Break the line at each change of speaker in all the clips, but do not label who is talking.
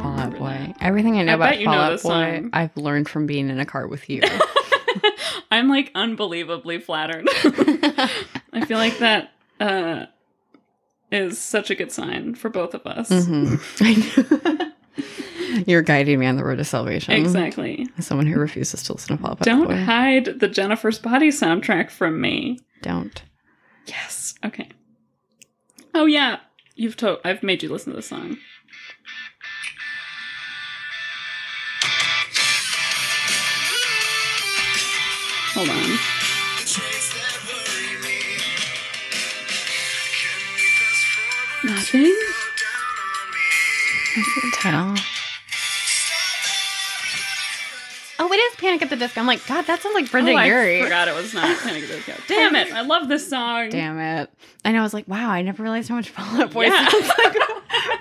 Oh, Everything I know
I
about
bet you know
Fallout
this
Boy,
song.
I've learned from being in a car with you.
I'm like unbelievably flattered.
mm-hmm.
I feel like that uh, is such a good sign for both of us.
Mm-hmm. I know. You're guiding me on the road to salvation.
Exactly.
As someone who refuses to listen to Fallout
Don't
Boy.
hide the Jennifer's Body soundtrack from me.
Don't.
Yes. Okay. Oh yeah, you've to- I've made you listen to the song. Hold on. Nothing.
I can't tell. Oh, it is Panic at the Disco. I'm like, God, that sounds like Brenda
oh,
Urie.
I forgot it was not Panic at the Disco. Damn it! I love this song.
Damn it. And I was like, wow, I never realized how much Fallout Boy
Yeah.
sounds like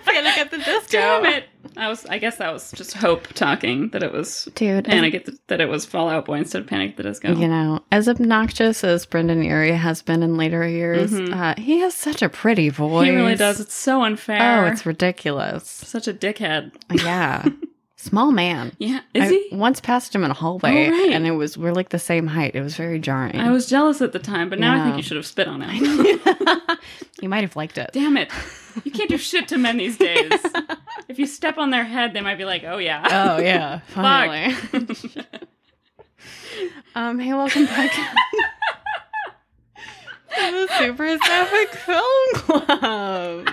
Panic at the Disco.
Damn it! I was. I guess that was just hope talking that it was
Dude,
Panic at the, that it was Fallout Boy instead of Panic at the Disco.
You know, as obnoxious as Brendan Urie has been in later years,
Mhm.
uh, he has such a pretty voice.
He really does. It's so unfair.
Oh, it's ridiculous.
such a dickhead.
Yeah. Small man.
Yeah, is
I
he?
once passed him in a hallway
Oh, right.
and it was we're like the same height. It was very jarring.
I was jealous at the time, but now I think
Yeah.
you should have spit on him.
you might have liked it.
Damn it! You can't do shit to men these days. if you step on their head, they might be like, "Oh yeah."
Oh yeah. Finally. um, hey, welcome back. to the Super Sapphic Film Club.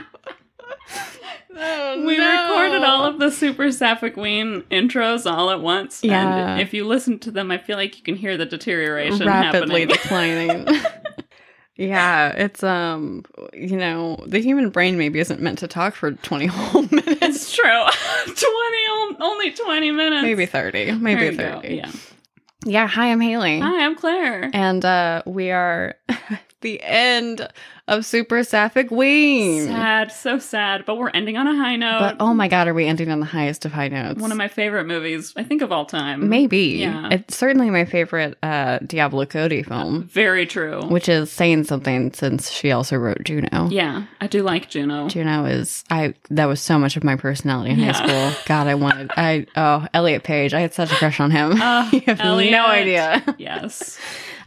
Oh,
we
no.
recorded all of the Super Sapphic Ween intros all at once.
Yeah.
And if you listen to them, I feel like you can hear the deterioration
rapidly
happening.
declining. yeah, it's um, you know, the human brain maybe isn't meant to talk for twenty whole minutes,
It's true. 20, on- only 20 minutes.
maybe thirty,
There
maybe
you go.
thirty.
Yeah.
Yeah, Hi, I'm Haley,
Hi, I'm Claire.
and uh, we are at the end of Super Sapphic Ween.
Sad, so sad, but we're ending on a high note.
But oh my god, are we ending on the highest of high notes?
One of my favorite movies, I think, of all time.
maybe.
Yeah.
It's certainly my favorite uh, Diablo Cody film,
Very true.
which is saying something since she also wrote Juno.
yeah, I do like Juno.
Juno is I that was so much of my personality in
Yeah.
high school. God, I wanted I oh Elliot Page. I had such a crush on him.
Ah,
you have
Elliot.
no idea.
yes.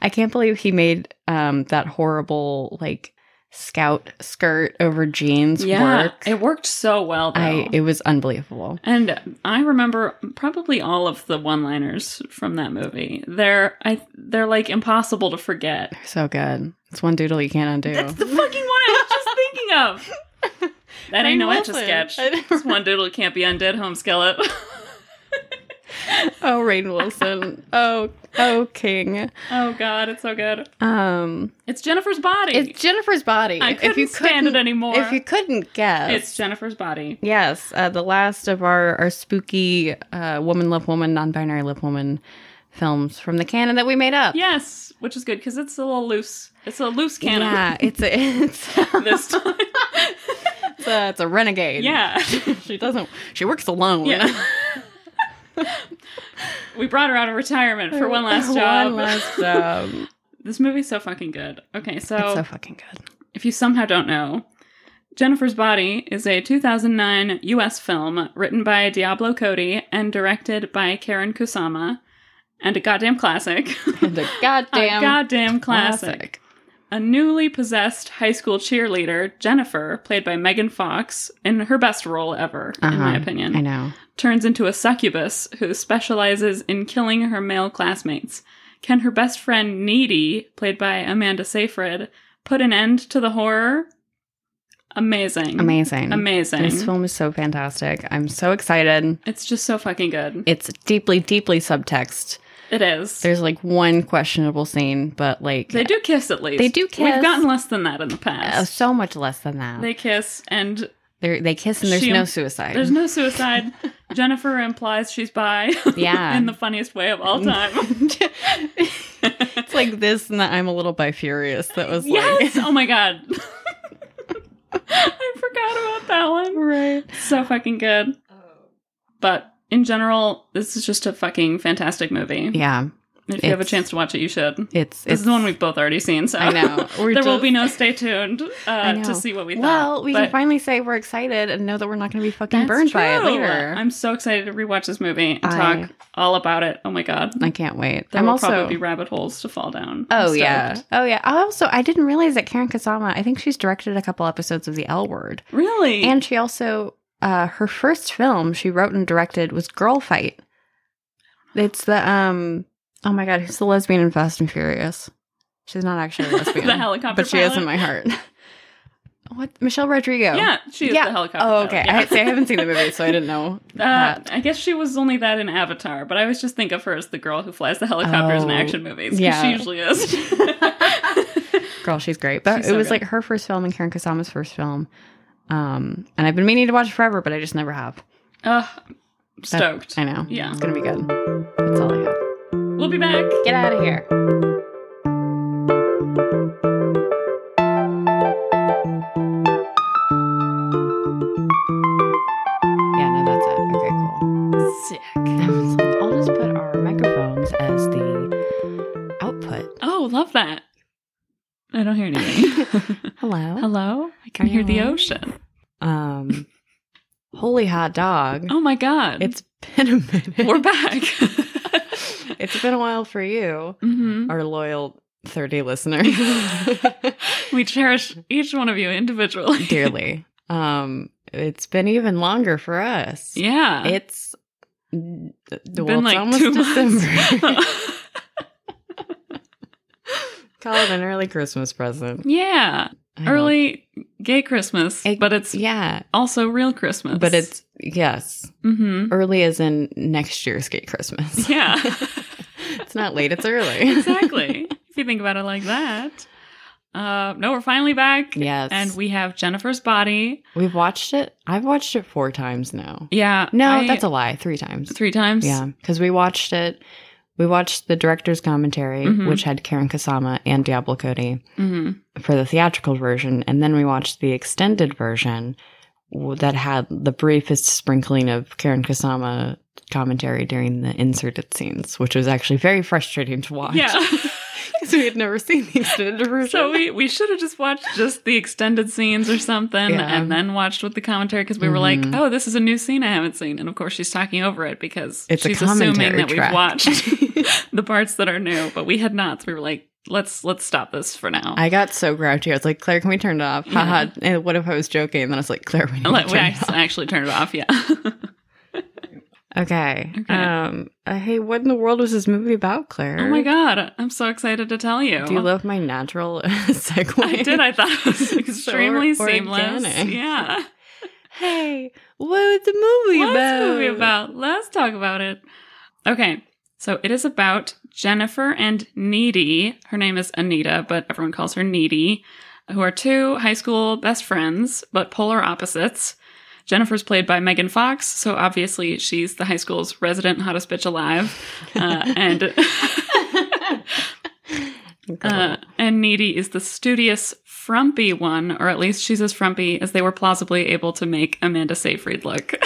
I can't believe he made um that horrible like scout skirt over jeans
yeah.
work.
It worked so well, though.
I it was unbelievable.
And I remember probably all of the one-liners from that movie. They're I they're like impossible to forget.
So good. It's one doodle you can't undo.
That's the fucking one I was just thinking of. That ain't no
Rain
etch a
Wilson.
sketch.
I know,
This one doodle can't be undead home skillet.
oh, Rain Wilson. oh, oh, King.
oh god, it's so good.
Um,
It's Jennifer's body.
it's Jennifer's body.
I couldn't stand it anymore.
If you couldn't guess,
it's Jennifer's body.
Yes, uh, the last of our our spooky uh, woman love woman non binary love woman films from the canon that we made up.
Yes, which is good because it's a little loose. It's a loose canon
yeah, it's a it's, it's,
this time.
a, it's a renegade.
yeah.
she doesn't. She works alone.
Yeah. we brought her out of retirement for one last job.
One last job.
This movie's so fucking good. Okay,
It's
so,
so fucking good.
if you somehow don't know, Jennifer's Body is a 2009 US film written by Diablo Cody and directed by Karen Kusama and a goddamn classic.
And a goddamn
a goddamn classic.
classic.
A newly possessed high school cheerleader, Jennifer, played by Megan Fox, in her best role ever, in my
Uh-huh.
opinion,
I know.
turns into a succubus who specializes in killing her male classmates. Can her best friend, Needy, played by Amanda Seyfried, put an end to the horror? Amazing.
Amazing.
Amazing.
This film is so fantastic. I'm so excited.
It's just so fucking good.
It's deeply, deeply subtext.
It is.
There's like one questionable scene, but like
They do kiss at least.
They do kiss.
We've gotten less than that in the
Uh,
past.
so much less than that.
they kiss and
They they kiss and there's
She-
no suicide.
There's no suicide. Jennifer implies she's bi.
Yeah.
in the funniest way of all time.
it's like this and that I'm a little bi furious. That was
yes.
like
Oh my god. I forgot about that one.
right.
So fucking good. But in general, this is just a fucking fantastic movie.
Yeah.
If you have a
It's-
chance to watch it, you should. This
It's it's
is the one we've both already seen, so
I know. We're
there will
just-
be no stay tuned uh,
I know.
to see what we thought.
Well, we can
but
finally say we're excited and know that we're not going to be fucking
that's
burned by it
true.
later. I'm,
I'm so excited to rewatch this movie and
I-
talk all about it. Oh my god.
I can not wait.
There
I'm
will
also.
probably be rabbit holes to fall down. I'm
Oh
stoked.
yeah, oh yeah. I also I didn't realize that Karen Kasama. I think she's directed a couple episodes of The L Word,
Really?
and she also uh, her first film she wrote and directed was Girl Fight. It's the um oh my god, who's the lesbian in Fast and Furious? She's not actually a lesbian,
the helicopter.
but she is
pilot?
in my heart. what Michelle Rodrigo?
Yeah, she is
Oh. Yeah.
the helicopter.
Oh, okay.
pilot, yeah.
I, see, I haven't seen the movie, so I didn't know.
Uh,
that.
I guess she was only that in Avatar, but I always just think of her as the girl who flies the helicopters in
Oh,
action movies. 'cause
yeah.
she usually is.
Girl, she's great. But
She's
it
so
was
good.
like her first film and Karen Kasama's first film. Um, and I've been meaning to watch it forever, but I just never have.
Ugh, I'm stoked.
I know.
Yeah.
It's gonna be good. That's all I have.
We'll be back.
Get out of here. Yeah, no, that's it. Okay, cool.
Sick.
I was like, I'll just put our microphones as the output.
Oh, love that. I don't hear anything.
Hello.
Hello? I can hear the
Hello?
ocean.
Um, holy hot dog.
Oh my god.
It's been a minute.
We're back.
It's been a while for you,
Mhm.
our loyal 30 listeners.
We cherish each one of you individually.
Dearly. Um, it's been even longer for us.
Yeah.
It's well,
been
it's
like
almost
two
December.
months.
Call it an early Christmas present.
yeah.
I know.
Early gay Christmas,
It-
but it's
Yeah.
also real Christmas.
But it's yes.
hmm
Early as in next year's gay Christmas.
Yeah.
it's not late, it's early.
exactly. if you think about it like that. Uh, no, we're finally back.
Yes.
And we have Jennifer's body.
We've watched it. I've watched it four times now.
Yeah.
No,
I-
that's a lie. Three times.
three times.
Yeah, because we watched it. We watched the director's commentary,
Mhm.
which had Karen Kasama and Diablo Cody
hmm
for the theatrical version, and then we watched the extended version w- that had the briefest sprinkling of Karen Kasama commentary during the inserted scenes, which was actually very frustrating to watch.
Yeah.
because we had never seen the extended version.
so we, we should have just watched just the extended scenes or something
Yeah.
and then watched with the commentary because we were like,
Mhm.
oh, this is a new scene I haven't seen. And of course, she's talking over it because
It's a
she's assuming
commentary
that
track.
we've watched the parts that are new, but we had not. So we were like, let's let's stop this for now.
I got so grouchy. I was like, Claire, can we turn it off?
Yeah.
Haha. And what if I was joking? And then I was like, Claire, we
And
need to
let- we
turn it
act-
off.
actually turned it off. Yeah. Oh
Okay.
Okay.
Um. uh, hey, what in the world was this movie about, Claire?
oh my god, I'm so excited to tell you.
Do you love my natural segue?
I did. I thought it was
So
extremely
or-
seamless.
organic.
Yeah.
hey, what was the movie
What's
about?
the movie about? Let's talk about it. Okay. So it is about Jennifer and Needy. Her name is Anita, but everyone calls her Needy, who are two high school best friends, but polar opposites. Jennifer's played by Megan Fox, so obviously she's the high school's resident hottest bitch alive. Uh, and
Incredible.
Uh, and Needy is the studious, frumpy one, or at least she's as frumpy as they were plausibly able to make Amanda Seyfried look.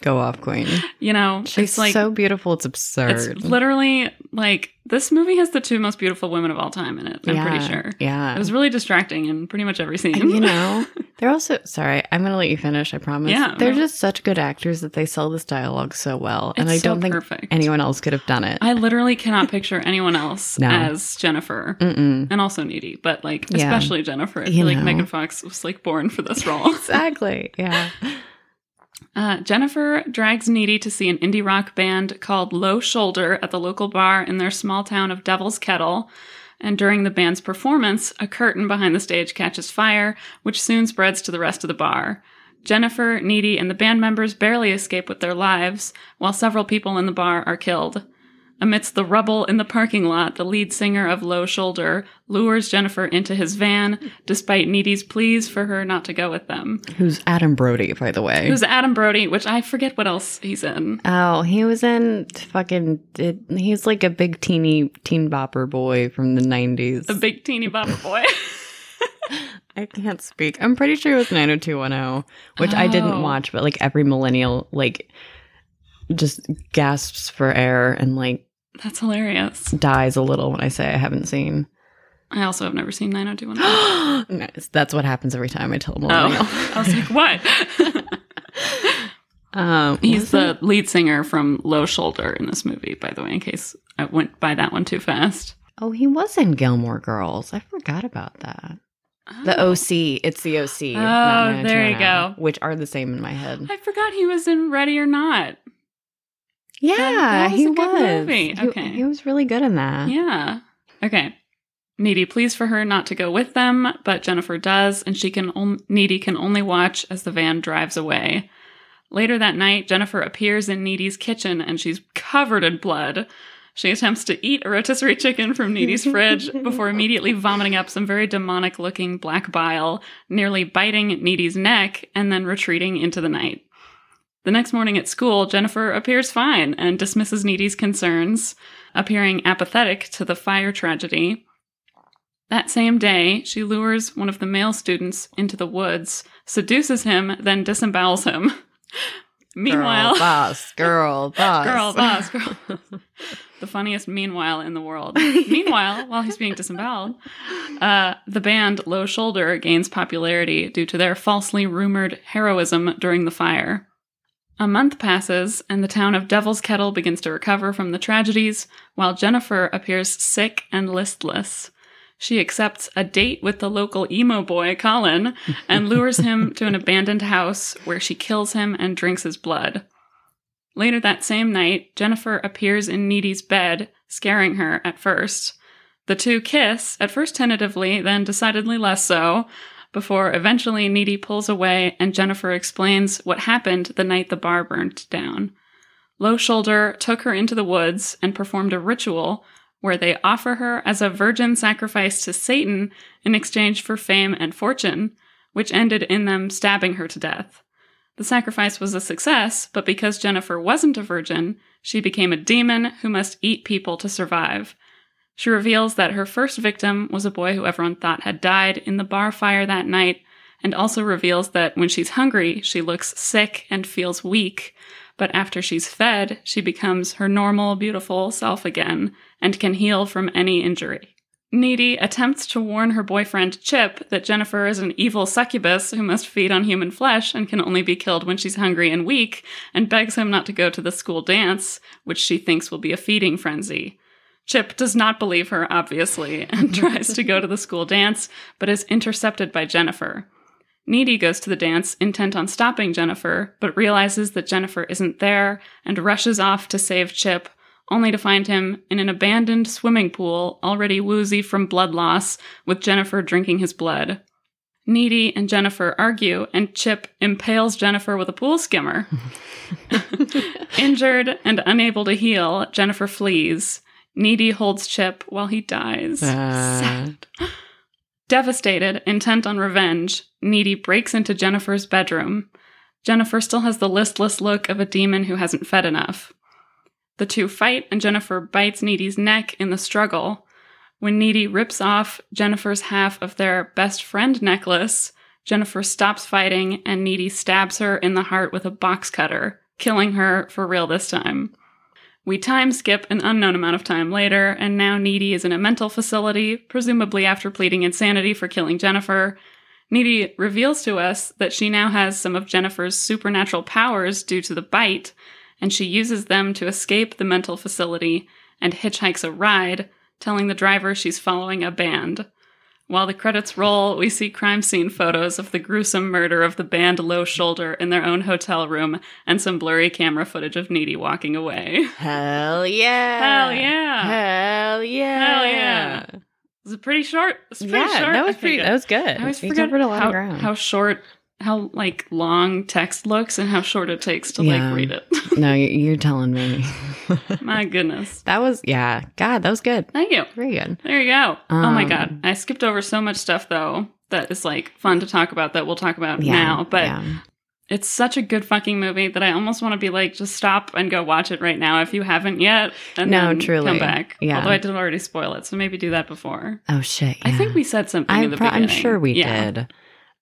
Go off, Queen.
you know,
She's
it's like
so beautiful. It's absurd.
it's literally like this movie has the two most beautiful women of all time in it. I'm pretty
Yeah,
sure.
Yeah.
It was really distracting in pretty much every scene.
and you know, they're also sorry. I'm gonna let you finish. I promise.
Yeah,
they're
no.
just such good actors that they sell this dialogue so well,
It's
and I
so
don't think
perfect.
anyone else could have done it.
I literally cannot picture anyone else
No.
as Jennifer.
Mm-mm.
And also needy, but like
Yeah.
especially Jennifer. I
You
feel like
know.
Megan Fox was like born for this role.
Exactly. Yeah.
Uh, Jennifer drags Needy to see an indie rock band called Low Shoulder at the local bar in their small town of Devil's Kettle. And during the band's performance, a curtain behind the stage catches fire, which soon spreads to the rest of the bar. Jennifer, Needy, and the band members barely escape with their lives, while several people in the bar are killed. Amidst the rubble in the parking lot, the lead singer of Low Shoulder lures Jennifer into his van, despite Needy's pleas for her not to go with them.
Who's Adam Brody, by the way?
It was Adam Brody, which I forget what else he's in.
Oh, he was in fucking. It, he's like a big teeny teen bopper boy from the nineties.
A big teeny bopper boy.
I can't speak. I'm pretty sure it was 90210, which I
Oh.
didn't watch, but like every millennial like just gasps for air and like
That's hilarious.
dies a little when I say I haven't seen.
I also have never seen 90210.
nice. That's what happens every time I tell Millennial.
Oh, I was like, what?
um,
He's
wasn't-
the lead singer from Low Shoulder in this movie, by the way, in case I went by that one too fast.
oh, he was in Gilmore Girls. I forgot about that. The
Oh.
OC. It's the OC.
Oh,
not 90210,
there you go.
Which are the same in my head.
I forgot he was in Ready or Not.
Yeah,
that was
he
a good
was.
movie.
He-
Okay.
he, was really good in that.
Yeah. Okay. Needy pleads for her not to go with them, but Jennifer does, and she can on- Needy can only watch as the van drives away. Later that night, Jennifer appears in Needy's kitchen and she's covered in blood. She attempts to eat a rotisserie chicken from Needy's fridge before immediately vomiting up some very demonic looking black bile, nearly biting Needy's neck, and then retreating into the night. The next morning at school, Jennifer appears fine and dismisses Needy's concerns, appearing apathetic to the fire tragedy. That same day, she lures one of the male students into the woods, seduces him, then disembowels him.
Girl
Meanwhile,
boss, girl boss,
Girl boss, girl boss. the funniest meanwhile in the world. meanwhile, while he's being disemboweled, uh, the band Low Shoulder gains popularity due to their falsely rumored heroism during the fire. A month passes, and the town of Devil's Kettle begins to recover from the tragedies, while Jennifer appears sick and listless. She accepts a date with the local emo boy, Colin, and lures him to an abandoned house where she kills him and drinks his blood. Later that same night, Jennifer appears in Needy's bed, scaring her at first. The two kiss, at first tentatively, then decidedly less so, before eventually Needy pulls away and Jennifer explains what happened the night the bar burned down. Low Shoulder took her into the woods and performed a ritual where they offer her as a virgin sacrifice to Satan in exchange for fame and fortune, which ended in them stabbing her to death. The sacrifice was a success, but because Jennifer wasn't a virgin, she became a demon who must eat people to survive. She reveals that her first victim was a boy who everyone thought had died in the bar fire that night, and also reveals that when she's hungry, she looks sick and feels weak, but after she's fed, she becomes her normal, beautiful self again and can heal from any injury. Needy attempts to warn her boyfriend Chip that Jennifer is an evil succubus who must feed on human flesh and can only be killed when she's hungry and weak, and begs him not to go to the school dance, which she thinks will be a feeding frenzy. Chip does not believe her, obviously, and tries to go to the school dance, but is intercepted by Jennifer. Needy goes to the dance, intent on stopping Jennifer, but realizes that Jennifer isn't there and rushes off to save Chip, only to find him in an abandoned swimming pool, already woozy from blood loss, with Jennifer drinking his blood. Needy and Jennifer argue, and Chip impales Jennifer with a pool skimmer. Injured and unable to heal, Jennifer flees. Needy holds Chip while he dies.
Sad.
Devastated, intent on revenge, Needy breaks into Jennifer's bedroom. Jennifer still has the listless look of a demon who hasn't fed enough. The two fight, and Jennifer bites Needy's neck in the struggle. When Needy rips off Jennifer's half of their best friend necklace, Jennifer stops fighting, and Needy stabs her in the heart with a box cutter, killing her for real this time. We time skip an unknown amount of time later, and now Needy is in a mental facility, presumably after pleading insanity for killing Jennifer. Needy reveals to us that she now has some of Jennifer's supernatural powers due to the bite, and she uses them to escape the mental facility and hitchhikes a ride, telling the driver she's following a band. While the credits roll, we see crime scene photos of the gruesome murder of the band Low Shoulder in their own hotel room and some blurry camera footage of Needy walking away.
Hell yeah.
Hell yeah.
Hell yeah.
Hell yeah. It was pretty short. It's pretty
yeah,
short.
that was
I
pretty.
forget.
That was good.
I always
We
forget
covered a lot
how,
of ground.
how short, how like long text looks and how short it takes to
Yeah.
like read it.
no, you- you're telling me.
My goodness.
that was yeah. God, that was good.
Thank you.
Very good.
There you go. oh my
Um,
god. I skipped over so much stuff though that is like fun to talk about that we'll talk about
Yeah,
now. But
yeah.
it's such a good fucking movie that I almost want to be like, just stop and go watch it right now if you haven't yet. And
No,
then
truly.
come back.
Yeah.
Although I did already spoil it, so maybe do that before.
oh shit.
I
yeah.
think we said something in
I'm,
the
pro- I'm
beginning.
sure we
Yeah.
did.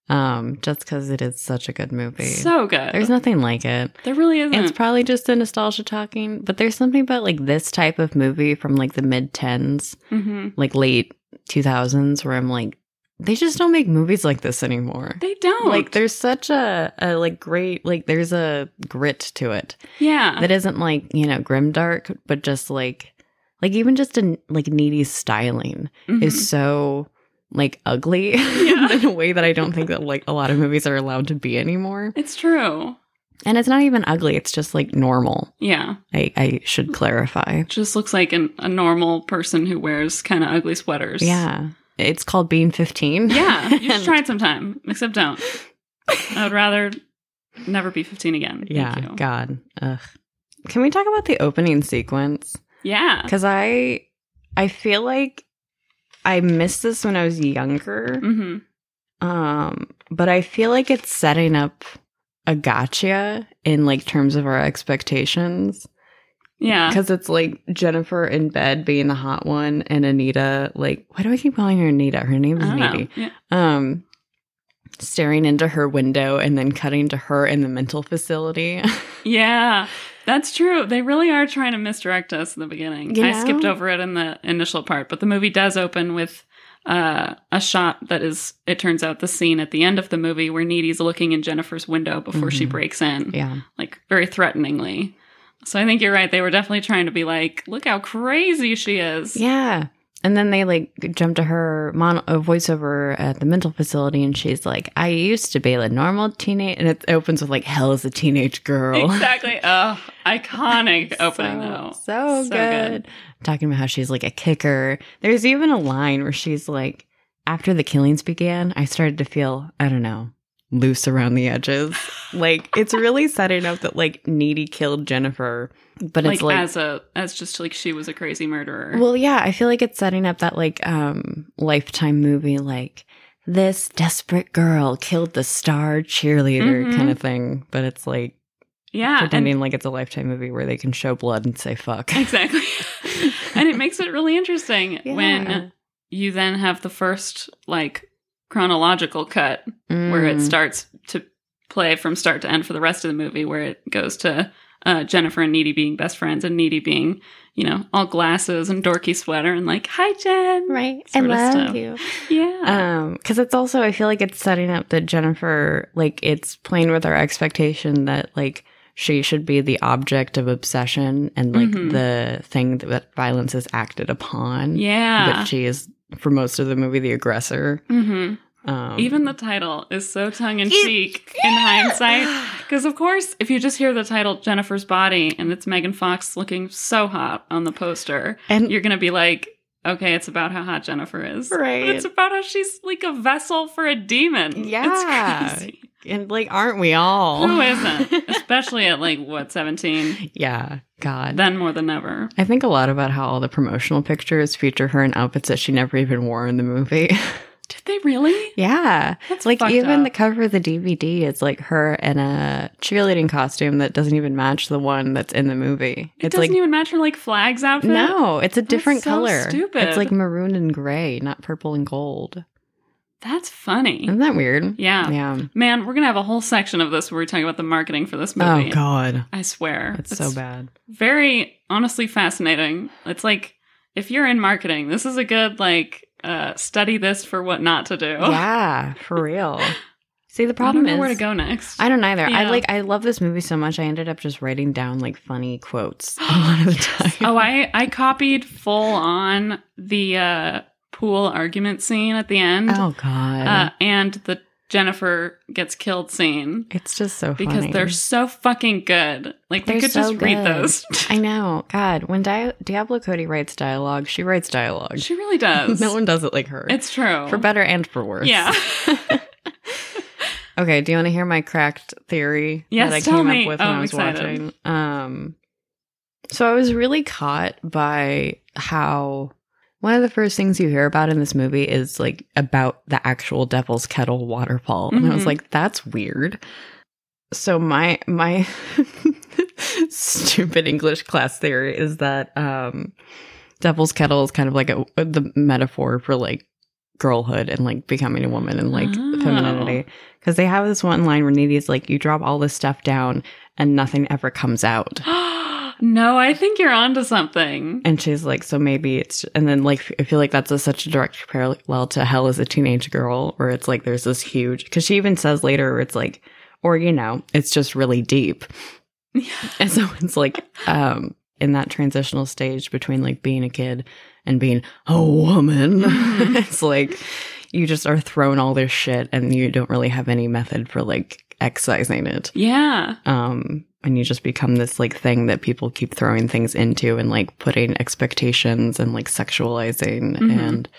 um, just because it is such a good movie.
So Hmm. good.
There's nothing like it.
there really isn't.
It's probably just a nostalgia talking, but there's something about like this type of movie from like the mid 10s,
hmm
like late 2000s, where I'm like, they just don't make movies like this anymore.
They don't.
Like there's such a, a like great like there's a grit to it
yeah.
that isn't like you know grimdark but just like like even just in like needy styling
Mhm.
is so like ugly
Yeah.
in a way that I don't think that like a lot of movies are allowed to be anymore.
It's true.
And it's not even ugly, it's just like normal.
Yeah.
I, I
Mm-hmm.
should clarify.
It just looks like an, a normal person who wears kind of ugly sweaters.
Yeah. It's called being 15.
Yeah. You should
And-
try it sometime, except don't. I would rather never be 15 again. Thank
Yeah.
you.
God. Ugh. Can we talk about the opening sequence?
Yeah.
Cuz I I feel like I missed this when I was younger.
hmm
Um, but I feel like it's setting up a gotcha in like terms of our expectations
Yeah.
because it's like Jennifer in bed being the hot one and Anita like why do I keep calling her Anita? Her name
I
is
don't know.
Needy.
Yeah.
Um, staring into her window and then cutting to her in the mental facility.
Yeah, that's true. They really are trying to misdirect us in the beginning.
You
I skipped
know?
over it in the initial part, but the movie does open with uh, a shot that is, it turns out, the scene at the end of the movie where Needy's looking in Jennifer's window before she
Mhm.
breaks in,
yeah,
like very threateningly. So I think you're right. They were definitely trying to be like, look how crazy she is.
yeah. And then they like jump to her mon- a voiceover at the mental facility, and she's like, "I used to be a normal teenage," and it opens with like, "Hell is a teenage girl."
Exactly. Oh, iconic opening
so,
though.
So,
So
good.
good.
Talking about how she's like a kicker. There's even a line where she's like, after the killings began, I started to feel, I don't know, loose around the edges. like it's really setting up that like Needy killed Jennifer, but
Like,
it's like
as a as just like she was a crazy murderer.
well, yeah, I feel like it's setting up that like um lifetime movie like this desperate girl killed the star cheerleader
Mhm.
kind of thing, but it's like
yeah, and
pretending like it's a lifetime movie where they can show blood and say fuck.
exactly. and it makes it really interesting
Yeah.
when you then have the first like chronological cut where it
Mm.
starts to play from start to end for the rest of the movie where it goes to uh, Jennifer and Needy being best friends and Needy being, you know, all glasses and dorky sweater and like, hi Jen.
right
sort of
i love
stuff.
you
Yeah.
um because it's also i feel like it's setting up that jennifer like it's playing with our expectation that like she should be the object of obsession and like
Mhm.
the thing that violence is acted upon
yeah.
Um, but she is for most of the movie the aggressor
hmm
um
Even the title is so tongue in cheek in hindsight. Because of course, if you just hear the title Jennifer's Body and it's Megan Fox looking so hot on the poster,
and
you're gonna be like, okay, it's about how hot Jennifer is.
Right.
But it's about how she's like a vessel for a demon.
Yeah.
It's crazy.
and like aren't we all
Who isn't? Especially at like what, seventeen?
yeah god
Then more than ever.
I think a lot about how all the promotional pictures feature her in outfits that she never even wore in the movie.
Did they really?
yeah.
That's
like
fucked
even
up.
the cover of the DVD is like her in a cheerleading costume that doesn't even match the one that's in the movie.
It
it's
doesn't
like
even match her like flags outfit.
no, it's a different
so
color.
stupid.
It's like maroon and gray, not purple and gold.
That's funny.
Isn't that weird?
Yeah.
Yeah.
Man, we're gonna have a whole section of this where we're talking about the marketing for this movie.
Oh god.
I swear.
It's, so bad.
Very honestly fascinating. It's like if you're in marketing, this is a good like uh study this for what not to do.
Yeah, for real. See the
I
problem
don't know
is
where to go next.
I don't either. I
Yeah.
like I love this movie so much. I ended up just writing down like funny quotes a lot of the time.
oh, I I copied full on the uh, pool argument scene at the end,
Oh, god,
uh, and the Jennifer gets killed scene
it's just so
because
funny.
they're so fucking good. Like
They're
they could
so
just read
good.
those.
I know. God, when Di- Diablo Cody writes dialogue, she writes dialogue.
she really does.
no one does it like her.
It's true.
for better and for worse.
Yeah.
okay. Do you want to hear my cracked theory
Yes,
that I
tell
came
me.
up with
Oh,
when
I'm
I was
excited.
watching? Um, so I was really caught by how one of the first things you hear about in this movie is like about the actual Devil's Kettle waterfall, and I was
Mhm.
like, that's weird. So my my stupid English class theory is that um, Devil's Kettle is kind of like a, the metaphor for like girlhood and like becoming a woman and like
Oh.
femininity. Because they have this one line where Needy's like, you drop all this stuff down and nothing ever comes out.
no, I think you're onto something.
And she's like, so maybe it's, and then like, I feel like that's a, such a direct parallel to Hell as a Teenage Girl, where it's like there's this huge, because she even says later, where it's like, or you know, it's just really deep. And so it's like, um, in that transitional stage between like being a kid and being a woman,
Mhm.
it's like you just are thrown all this shit and you don't really have any method for like excising it
yeah.
um and you just become this like thing that people keep throwing things into and like putting expectations and like sexualizing
Mhm.
and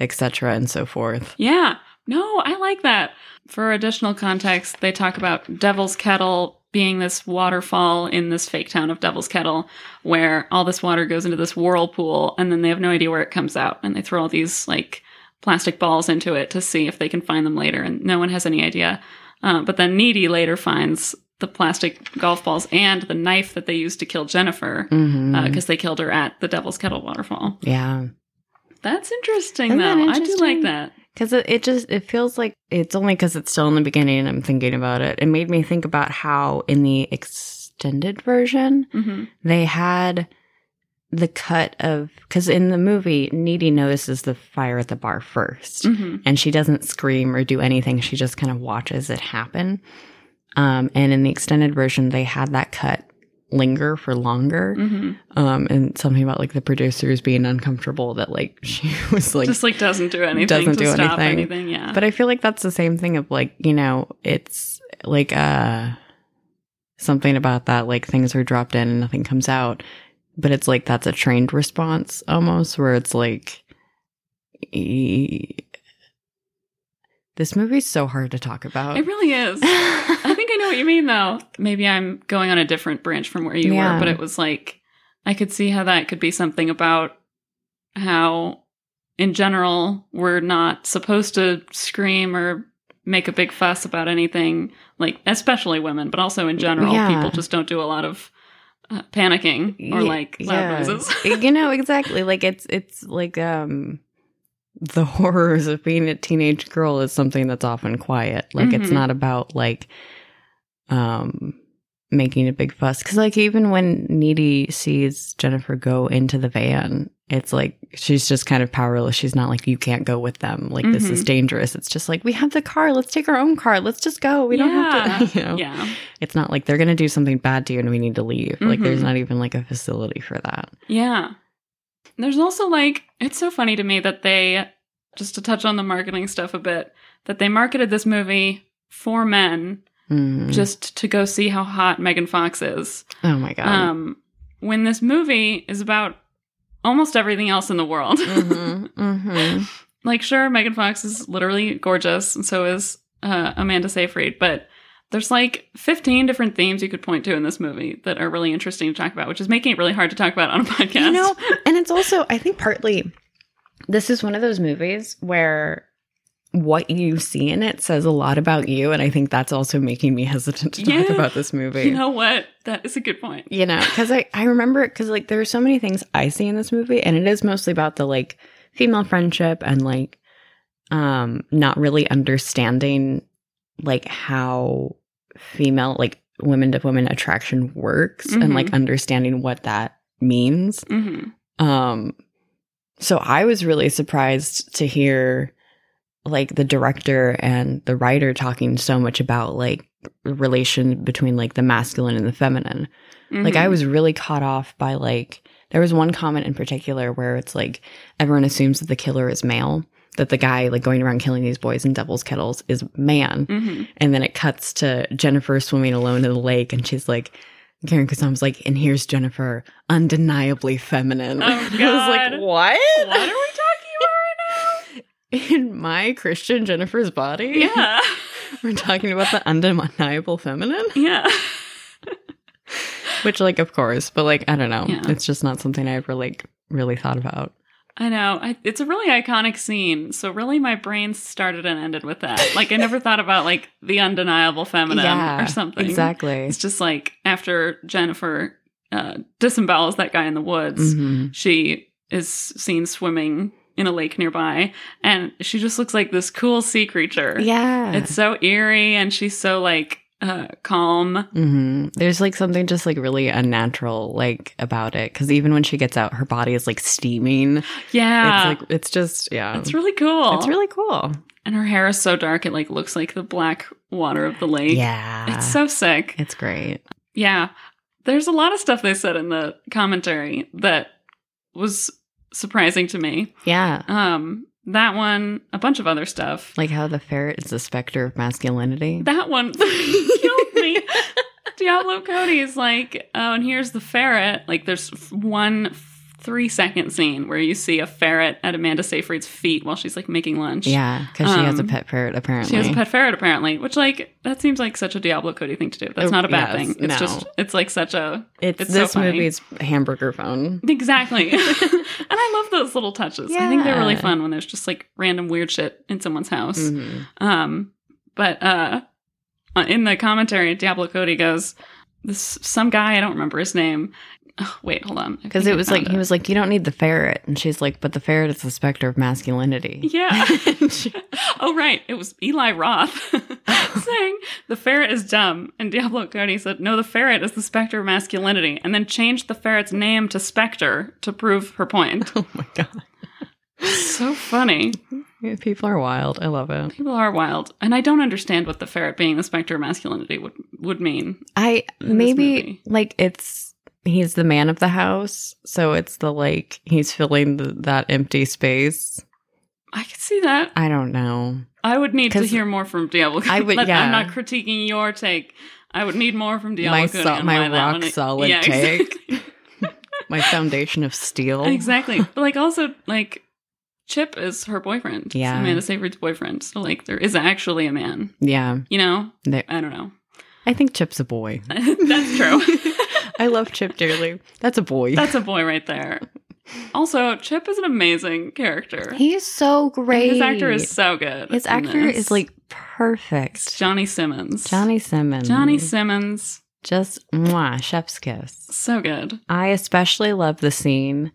etc and so forth
Yeah. No, I like that. For additional context, they talk about Devil's Kettle being this waterfall in this fake town of Devil's Kettle where all this water goes into this whirlpool and then they have no idea where it comes out and they throw all these like plastic balls into it to see if they can find them later and no one has any idea. Uh, but then Needy later finds the plastic golf balls and the knife that they used to kill Jennifer because
mm-hmm.
Uh, they killed her at the Devil's Kettle waterfall.
yeah
That's interesting
Isn't
though.
that
I do like
interesting?
that.
because it, it just it feels like it's only because it's still in the beginning and i'm thinking about it it made me think about how in the extended version
hmm
they had the cut of because in the movie needy notices the fire at the bar first
hmm
and she doesn't scream or do anything. She just kind of watches it happen. Um, and in the extended version, they had that cut linger for longer.
hmm
Um, and something about like the producers being uncomfortable that like she was like.
just like doesn't do anything
doesn't
to
do
stop anything.
anything.
yeah
but I feel like that's the same thing of like you know it's like uh something about that like things are dropped in and nothing comes out. But it's like that's a trained response almost where it's like. e- This movie's so hard to talk about.
it really is i think i know what you mean though maybe i'm going on a different branch from where you were
Yeah.
but it was like i could see how that could be something about how in general we're not supposed to scream or make a big fuss about anything like especially women but also in general
Yeah.
people just don't do a lot of uh, panicking or
Ye-
like loud
yeah.
noises
you know exactly like it's it's like um the horrors of being a teenage girl is something that's often quiet like it's
Mhm.
not about like um making a big fuss because like even when needy sees jennifer go into the van it's like she's just kind of powerless she's not like you can't go with them like this
Mm-hmm.
is dangerous it's just like we have the car let's take our own car let's just go we don't have to you know
yeah
it's not like they're gonna do something bad to you and we need to leave like
Mhm.
there's not even like a facility for that
Yeah. There's also like, it's so funny to me that they, just to touch on the marketing stuff a bit, that they marketed this movie for men
Mm.
just to go see how hot Megan Fox is.
oh my god.
Um, when this movie is about almost everything else in the world.
Mhm, mhm.
like, sure, Megan Fox is literally gorgeous, and so is uh, Amanda Seyfried, but there's like 15 different themes you could point to in this movie that are really interesting to talk about, which is making it really hard to talk about on a podcast.
You know, and it's also I think partly this is one of those movies where what you see in it says a lot about you, and I think that's also making me hesitant to talk
Yeah.
about this movie.
You know what? That is a good point.
you know because I, I remember it because like there are so many things i see in this movie and it is mostly about the like female friendship and like um not really understanding like how female like women to women attraction works and like
Mhm.
understanding what that means
hmm
um so i was really surprised to hear like the director and the writer talking so much about like relation between like the masculine and the feminine like
Mm-hmm.
I was really caught off by like there was one comment in particular where it's like everyone assumes that the killer is male, that the guy like going around killing these boys in Devil's Kettles is man,
Mhm.
and then it cuts to Jennifer swimming alone in the lake, and she's like. Karen Kazam's like, and here's Jennifer, undeniably feminine.
Oh,
I
God.
was like, what?
What are we talking
In my Christian Jennifer's body?
about right now?
We're talking about the undeniable feminine?
yeah. Yeah.
Which, like, of course, but like, I don't know.
Yeah.
It's just not something I ever like really thought about.
I know. I, it's a really iconic scene. So really my brain started and ended with that. Like I never thought about like the undeniable feminine
Yeah,
or something.
Exactly.
It's just like after Jennifer uh, disembowels that guy in the woods,
Mhm.
she is seen swimming in a lake nearby, and she just looks like this cool sea creature.
Yeah.
It's so eerie, and she's so like uh, calm.
hmm There's like something just like really unnatural like about it because even when she gets out, her body is like steaming.
Yeah,
It's like it's just yeah.
it's really cool.
Um, It's really cool.
and her hair is so dark; it like looks like the black water of the lake.
Yeah,
it's so sick.
it's great.
Yeah. There's a lot of stuff they said in the commentary that was surprising to me.
Yeah,
Um, that one, a bunch of other stuff.
like how the ferret is the specter of masculinity.
That one killed me. Diablo Cody is like, oh, and here's the ferret. Like, there's f- one f- three second scene where you see a ferret at Amanda Seyfried's feet while she's like making lunch.
yeah, because she has a
Um,
pet ferret
She
apparently.
has a pet ferret apparently, which like that seems like such a Diablo Cody thing to do. That's
Oh,
not a bad
yes,
thing. It's
no.
just it's like such a
It's,
It's so
this
funny.
movie's hamburger phone.
Exactly. and I love those little touches. I think they're really
Yeah.
fun when there's just like random weird shit in someone's house.
Mhm.
Um, but uh, uh, in the commentary, Diablo Cody goes, "This some guy I don't remember his name." Oh, wait, hold on. I
Because
think
it
I
was like,
found
he was like, you don't need the ferret. And she's like, but the ferret is the specter of masculinity.
Yeah.
And she-
oh right, it was Eli Roth saying the ferret is dumb, and Diablo Cody said, "No, the ferret is the specter of masculinity," and then changed the ferret's name to Specter to prove her point.
oh my God.
so funny.
Yeah, People are wild. I love it.
People are wild, and I don't understand what the ferret being the specter of masculinity would would mean.
I
in this
maybe
movie.
like it's he's the man of the house, so it's the like he's filling the, that empty space.
I could see that.
I don't know.
I would need to
'Cause-
hear more from Diablo.
I would-
Let-
yeah.
I'm not critiquing your take. I would need more from Diablo.
My
Cody
so-
on
my
why that
rock
one-
solid
Yeah,
take.
Exactly.
My foundation of steel.
exactly. But like also like Chip is her boyfriend.
Yeah.
It's Amanda Seyfried's boyfriend. So like there is actually a man.
Yeah,
You know.
There-
I don't know.
I think Chip's a boy.
That's true.
I love Chip dearly. That's a boy.
That's a boy right there. Also, Chip is an amazing character.
He's so
And
great.
His actor is so good.
his
in
actor
this.
is like
It's
perfect.
Johnny Simmons.
Johnny Simmons.
Johnny Simmons.
just mwah, chef's kiss.
So good.
I especially love the scene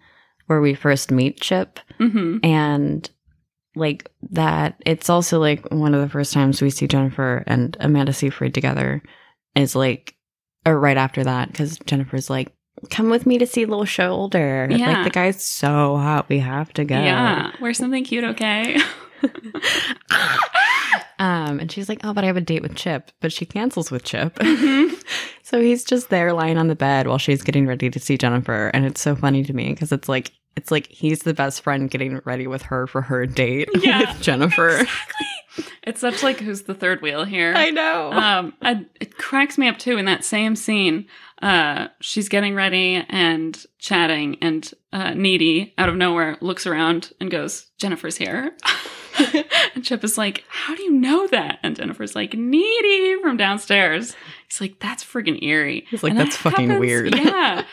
where we first meet Chip
hmm
and like that it's also like one of the first times we see jennifer and amanda seyfried together is like or right after that because jennifer's like come with me to see little shoulder
Yeah.
like the guy's so hot we have to go
Yeah. Wear something cute, okay?
um and she's like oh but i have a date with chip but she cancels with chip
Mhm.
so he's just there lying on the bed while she's getting ready to see jennifer and it's so funny to me because it's like it's like he's the best friend getting ready with her for her date
Yeah.
with jennifer
It's such like who's the third wheel here.
i know
um, I, it cracks me up too in that same scene. Uh, she's getting ready and chatting, and uh, Needy out of nowhere looks around and goes, "Jennifer's here." and Chip is like, "How do you know that?" And Jennifer's like, "Needy from downstairs." He's like, "That's friggin' eerie."
He's like,
And
"That's
that
fucking
happens-
weird."
yeah, that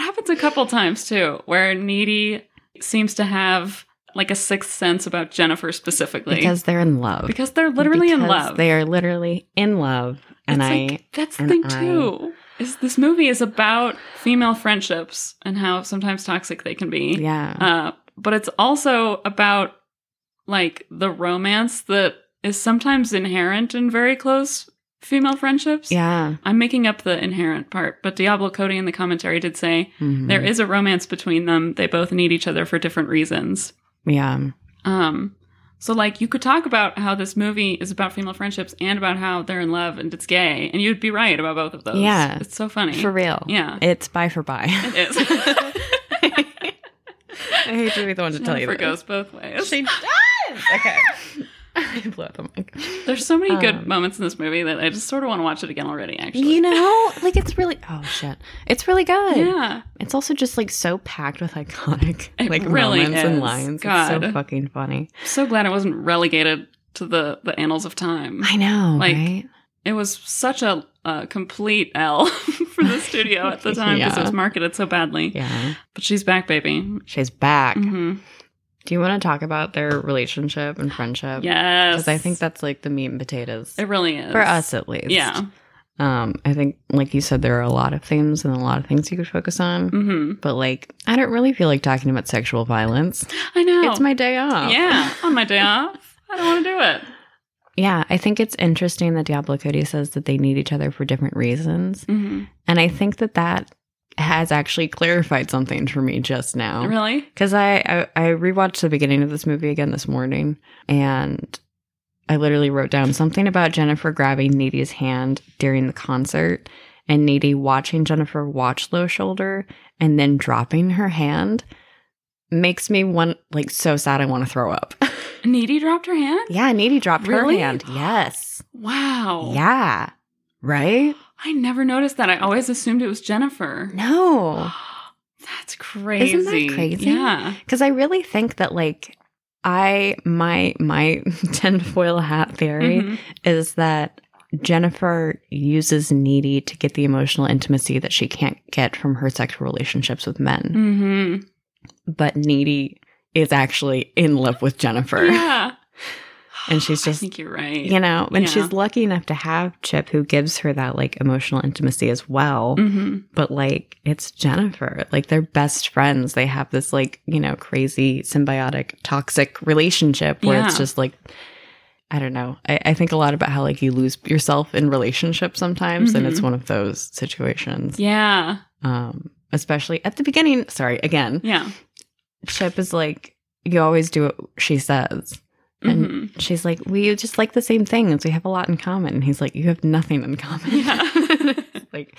happens a couple times too, where Needy seems to have like a sixth sense about Jennifer specifically
because they're in love.
because they're literally in
Because
love.
They are literally in love, and
It's
I
like, that's the
and
thing
I-
too. Is this movie is about female friendships and how sometimes toxic they can be.
yeah
Uh, but it's also about like the romance that is sometimes inherent in very close female friendships.
yeah
I'm making up the inherent part, but Diablo Cody in the commentary did say
Mhm.
there is a romance between them. They both need each other for different reasons.
yeah
Um, so like you could talk about how this movie is about female friendships and about how they're in love and it's gay, and you'd be right about both of those.
Yeah.
it's so funny.
for real.
Yeah,
It's bye for bye. I
it is.
hate to be the one to tell you
Jennifer
this.
goes both ways.
She does. Okay. I blew out the mic.
There's so many good
Um,
moments in this movie that I just sort of want to watch it again already. Actually,
You know, like it's really oh shit, it's really good.
yeah,
It's also just like so packed with iconic
It
like
really
moments and
is.
lines. It's
God.
so fucking funny.
so glad it wasn't relegated to the the annals of time.
I know,
Like,
right?
It was such a, a complete L for the studio at the time because it
Yeah.
was marketed so badly.
Yeah,
But she's back, baby.
she's back.
hmm
Do you want to talk about their relationship and friendship?
Yes,
Because I think that's like the meat and potatoes
it really is
for us, at least.
Yeah.
Um, I think, like you said, there are a lot of themes and a lot of things you could focus on.
hmm
But like, I don't really feel like talking about sexual violence.
I know.
It's my day off.
Yeah, on my day off. I don't want to do it.
Yeah, I think it's interesting that Diablo Cody says that they need each other for different reasons.
hmm
And I think that that has actually clarified something for me just now.
Really?
Because I, I I rewatched the beginning of this movie again this morning, and I literally wrote down something about Jennifer grabbing Needy's hand during the concert, and Needy watching Jennifer watch Low Shoulder and then dropping her hand makes me want like so sad I want to throw up.
Needy dropped her hand?
yeah, Needy dropped
Really?
her hand. Yes.
Wow.
Yeah. Right?
I never noticed that. I always assumed it was Jennifer.
No.
That's crazy.
crazy?
Yeah.
Because I really think that like I my my tinfoil hat theory
Mhm.
is that Jennifer uses needy to get the emotional intimacy that she can't get from her sexual relationships with men.
Mhm.
But needy is actually in love with Jennifer.
Yeah.
And she's
I
just-
think you're right.
You know, and
Yeah.
she's lucky enough to have Chip who gives her that like emotional intimacy as well.
hmm
But like it's Jennifer. Like they're best friends. They have this like, you know, crazy symbiotic toxic relationship where it's
Yeah.
just like I don't know. I, I think a lot about how like you lose yourself in relationships sometimes and it's
Mhm.
one of those situations.
Yeah.
Um especially at the beginning. Sorry, again.
Yeah.
Chip is like, you always do what she says. And
hmm
she's like, We just like the same things. We have a lot in common. And he's like, You have nothing in common.
Mm-hmm. Yeah.
like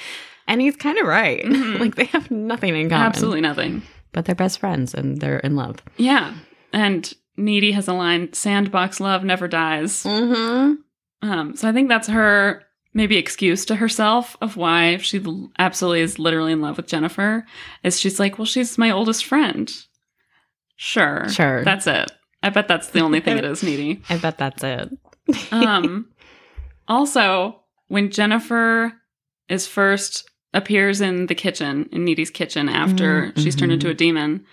and he's kind of right
Mhm.
like they have nothing in common
Absolutely nothing.
but they're best friends and they're in love
Yeah. And Needy has a line sandbox love never dies.
mm-hmm
Um, so I think that's her maybe excuse to herself of why she l- absolutely is literally in love with Jennifer is she's like, well, she's my oldest friend. Sure.
Sure.
That's it. I bet that's the only thing it is needy.
i bet that's it
Um, also, when Jennifer is first appears in the kitchen, in Needy's kitchen after
Mm,
she's turned
mhm.
into a demon,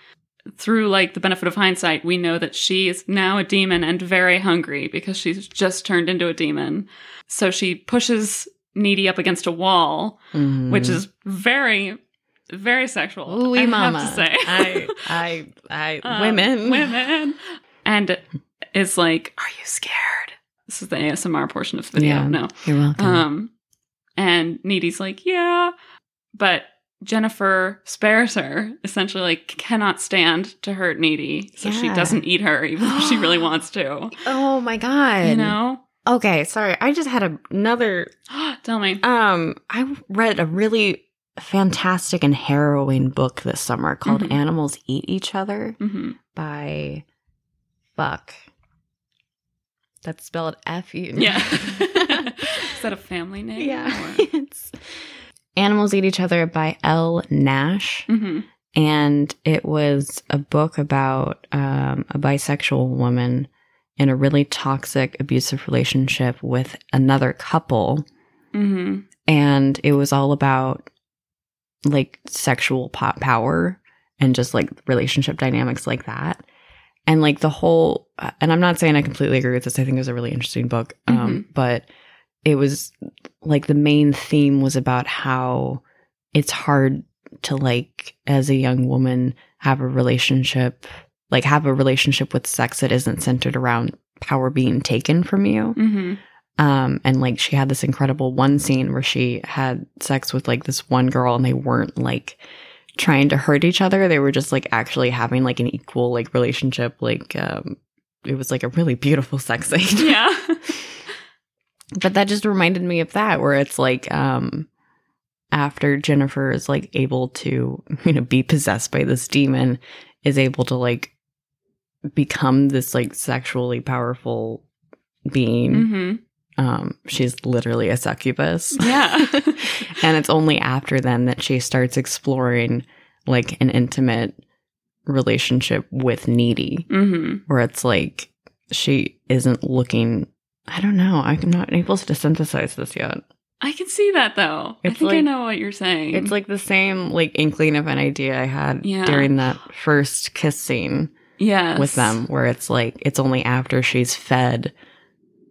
through like the benefit of hindsight, we know that she is now a demon and very hungry because she's just turned into a demon. So she pushes Needy up against a wall,
Mhm.
which is very, very sexual.
Ooh, wee
I
mama
have to say.
i i i
Um,
women
Women. And it's like, are you scared? This is the ASMR portion of the video.
Yeah.
No.
you're welcome
Um, and Needy's like, yeah, but Jennifer spares her. Essentially, like cannot stand to hurt Needy, so she
Yeah.
doesn't eat her, even though she really wants to.
oh my god
You know?
okay sorry i just had a- another
Tell me.
um i read a really fantastic and harrowing book this summer called
Mhm.
animals eat each other
hmm
by Buck. That's spelled F U.
Yeah. is that a family name?
yeah. It's Animals Eat Each Other by L. Nash.
hmm
And it was a book about um, a bisexual woman in a really toxic, abusive relationship with another couple.
hmm
And it was all about like sexual po- power and just like relationship dynamics like that. And like the whole, uh, and I'm not saying I completely agree with this. I think it was a really interesting book. Um, but it was like the main theme was about how it's hard to like, as a young woman, have a relationship, like have a relationship with sex that isn't centered around power being taken from you.
hmm
Um, and like she had this incredible one scene where she had sex with like this one girl and they weren't like trying to hurt each other. They were just like actually having like an equal like relationship. Like, um, it was like a really beautiful sex scene.
Yeah.
but that just reminded me of that where it's like, um, after Jennifer is like able to, you know, be possessed by this demon, is able to like become this like sexually powerful being
hmm
um, she's literally a succubus.
Yeah.
and it's only after then that she starts exploring like an intimate relationship with Needy,
hmm
where it's like she isn't looking. I don't know. I'm not able to synthesize this yet.
I can see that though. I
It's
think I
like-
know what you're saying.
It's like the same like inkling of an idea I had
Yeah.
during that first kiss scene
yes.
with them, where it's like it's only after she's fed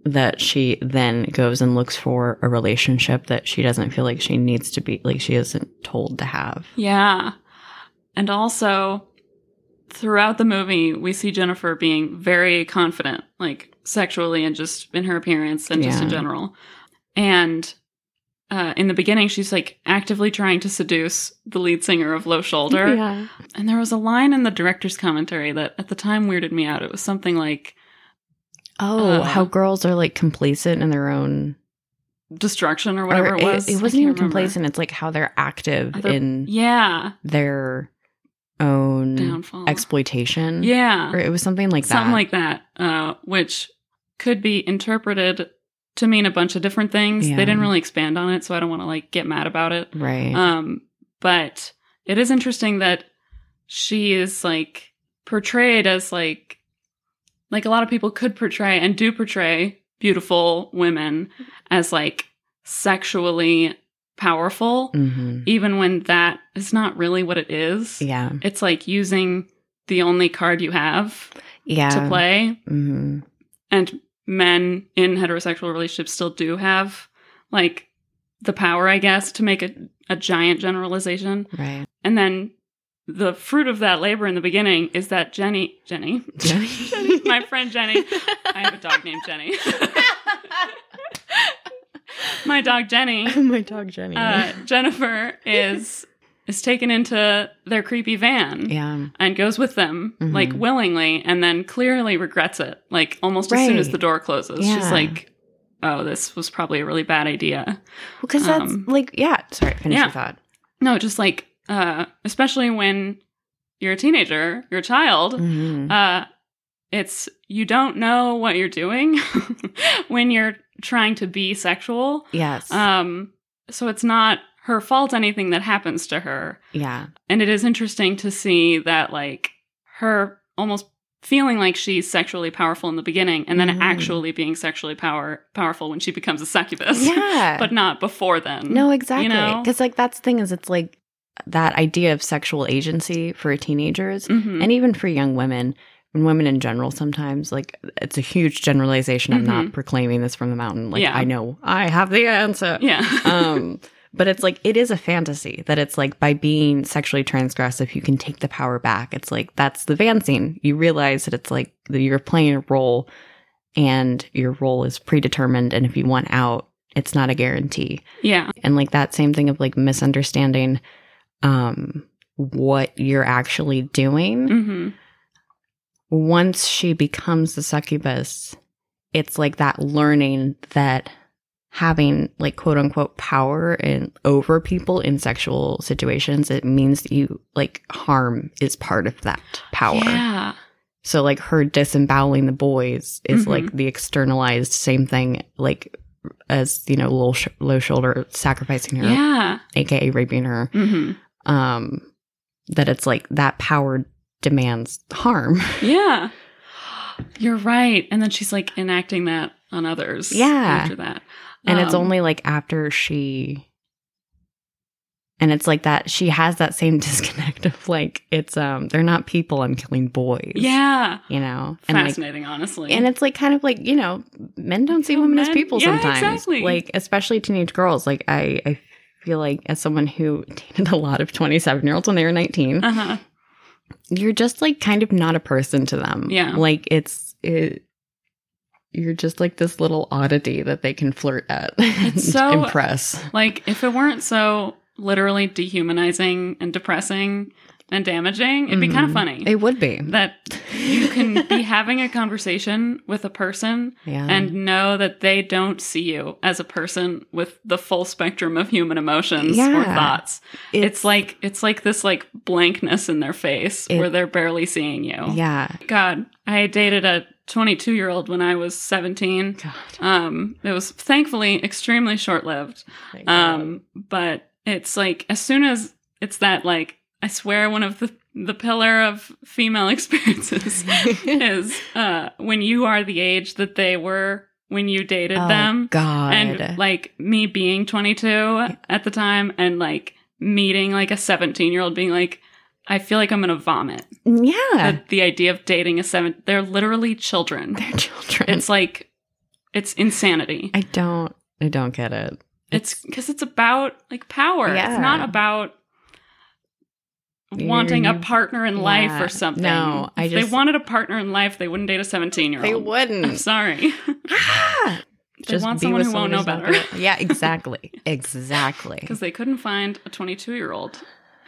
that she then goes and looks for a relationship that she doesn't feel like she needs to be, like she isn't told to have.
Yeah. And also, throughout the movie, we see Jennifer being very confident, like sexually and just in her appearance and just in
Yeah.
general. And uh, in the beginning, she's like actively trying to seduce the lead singer of Low Shoulder.
Yeah.
And there was a line in the director's commentary that at the time weirded me out. It was something like
Oh,
Uh,
how girls are like complacent in their own.
destruction or whatever
or
it was.
It,
I
wasn't even
can't remember.
complacent. It's like how they're active
Other-
in
Yeah.
their own
Downfall.
exploitation.
yeah.
Mm. Or it was something like
something
that.
like that, uh, which could be interpreted to mean a bunch of different things.
Yeah.
They didn't really expand on it, so I don't want to like get mad about it.
Right.
Um, but it is interesting that she is like portrayed as like like a lot of people could portray and do portray beautiful women as like sexually powerful,
hmm
even when that is not really what it is.
Yeah.
It's like using the only card you have
Yeah.
to play
hmm
and men in heterosexual relationships still do have like the power i guess to make a, a giant generalization
Right.
and then the fruit of that labor in the beginning is that jenny jenny
Jenny.
jenny my friend jenny i have a dog named jenny my dog jenny
my dog Jenny.
uh, jennifer is is taken into their creepy van
yeah.
and goes with them
Mhm.
like willingly and then clearly regrets it like almost as soon as
Right.
the door closes she's
Yeah.
like oh this was probably a really bad idea
Because that's
Um,
like, yeah. Sorry, finish
yeah.
your thought.
no just like uh especially when you're a teenager you're a child
Mhm.
uh it's you don't know what you're doing when you're trying to be sexual
Yes.
um so it's not her fault anything that happens to her
yeah.
And it is interesting to see that, like, her almost feeling like she's sexually powerful in the beginning and then
Mhm.
actually being sexually power powerful when she becomes a succubus.
Yeah.
but not before then.
no, exactly.
know?
Because, like, that's the thing is, it's like that idea of sexual agency for teenagers
Mhm.
and even for young women and women in general sometimes like it's a huge generalization i'm not proclaiming this from the mountain like
Mm-hmm. Yeah.
i know i have the answer
yeah.
um but it's like it is a fantasy that it's like by being sexually transgressive you can take the power back it's like that's the van scene you realize that it's like that you're playing a role and your role is predetermined and if you want out it's not a guarantee
yeah.
and like that same thing of like misunderstanding um what you're actually doing
hmm
once she becomes the succubus, it's like that learning that having like quote unquote power and over people in sexual situations, it means that you like harm is part of that power.
Yeah.
So like her disemboweling the boys is
Mhm.
like the externalized same thing, like as you know, low, sh- low shoulder sacrificing her,
Yeah.
aka raping her.
hmm
Um, that it's like that power demands harm.
Yeah. You're right. And then she's like enacting that on others.
Yeah.
After that.
And it's
Um,
only like after she and it's like that she has that same disconnect of like it's um they're not people I'm killing boys.
Yeah.
You know? And like
Fascinating, honestly.
and it's like kind of like, you know, men don't see
Kill
women as
men.
people
Yeah,
sometimes.
exactly.
Like especially teenage girls. Like I I feel like as someone who dated a lot of 27 year olds when they were 19,
uh huh.
you're just like kind of not a person to them.
Yeah.
Like it's it you're just like this little oddity that they can flirt at and
so-
impress.
Like, if it weren't so literally dehumanizing and depressing and damaging, it'd be kind of
Mhm.
funny
It would be.
that you can be having a conversation with a person
yeah.
and know that they don't see you as a person with the full spectrum of human emotions or
Yeah.
thoughts. It's, like it's like this like blankness in their face
It-
where they're barely seeing you.
yeah.
God, I dated a 22 year old when I was 17.
God.
Um, it was thankfully extremely short lived. Um, but it's like as soon as it's that like I swear one of the the pillar of female experiences is uh when you are the age that they were when you dated
oh,
them
God.
and like me being 22 at the time and like meeting like a 17 year old being like I feel like I'm gonna vomit
yeah.
at the idea of dating a seven. They're literally children.
They're children.
It's like It's insanity.
I don't. I don't get it.
It's because it's about like power.
Yeah.
It's not about wanting a
You're-
partner in life
Yeah.
or something.
No, I
if
just-
they wanted a partner in life, they wouldn't date a seventeen-year-old.
They
I'm
wouldn't.
sorry.
Ah!
They want someone who won't know better
yeah, exactly, exactly.
because they couldn't find a 22-year-old.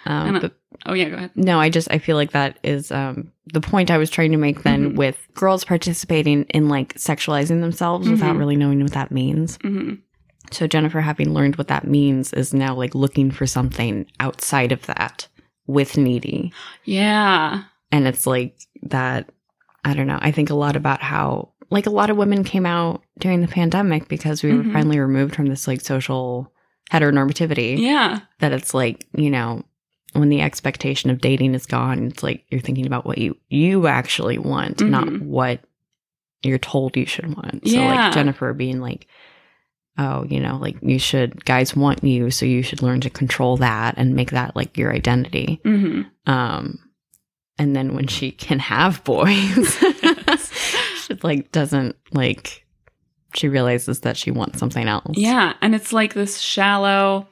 Um,
and I-
but
Oh yeah, go ahead.
no, I just I feel like that is um, the point I was trying to make then
Mhm.
with girls participating in like sexualizing themselves without
Mhm.
really knowing what that means.
hmm
So Jennifer, having learned what that means, is now like looking for something outside of that with needy,
Yeah.
and it's like that. I don't know. I think a lot about how like a lot of women came out during the pandemic because we were
Mhm.
finally removed from this like social heteronormativity.
Yeah.
that it's like you know when the expectation of dating is gone it's like you're thinking about what you you actually want not
Mhm.
what you're told you should want so
Yeah.
like jennifer being like oh you know like you should guys want you so you should learn to control that and make that like your identity
hmm
um and then when she can have boys she like doesn't like she realizes that she wants something else
Yeah. And it's like this shallow,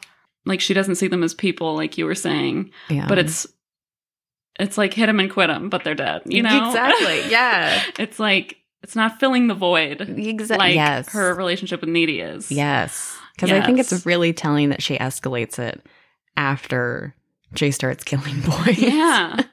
like she doesn't see them as people, like you were saying,
yeah
but it's it's like hit them and quit them, but they're dead. You know
exactly yeah
it's like it's not filling the void
Exactly.
like
yes.
her relationship with Needy is.
Yes. Because I think it's
Yes.
really telling that she escalates it after Jay starts killing boys.
Yeah.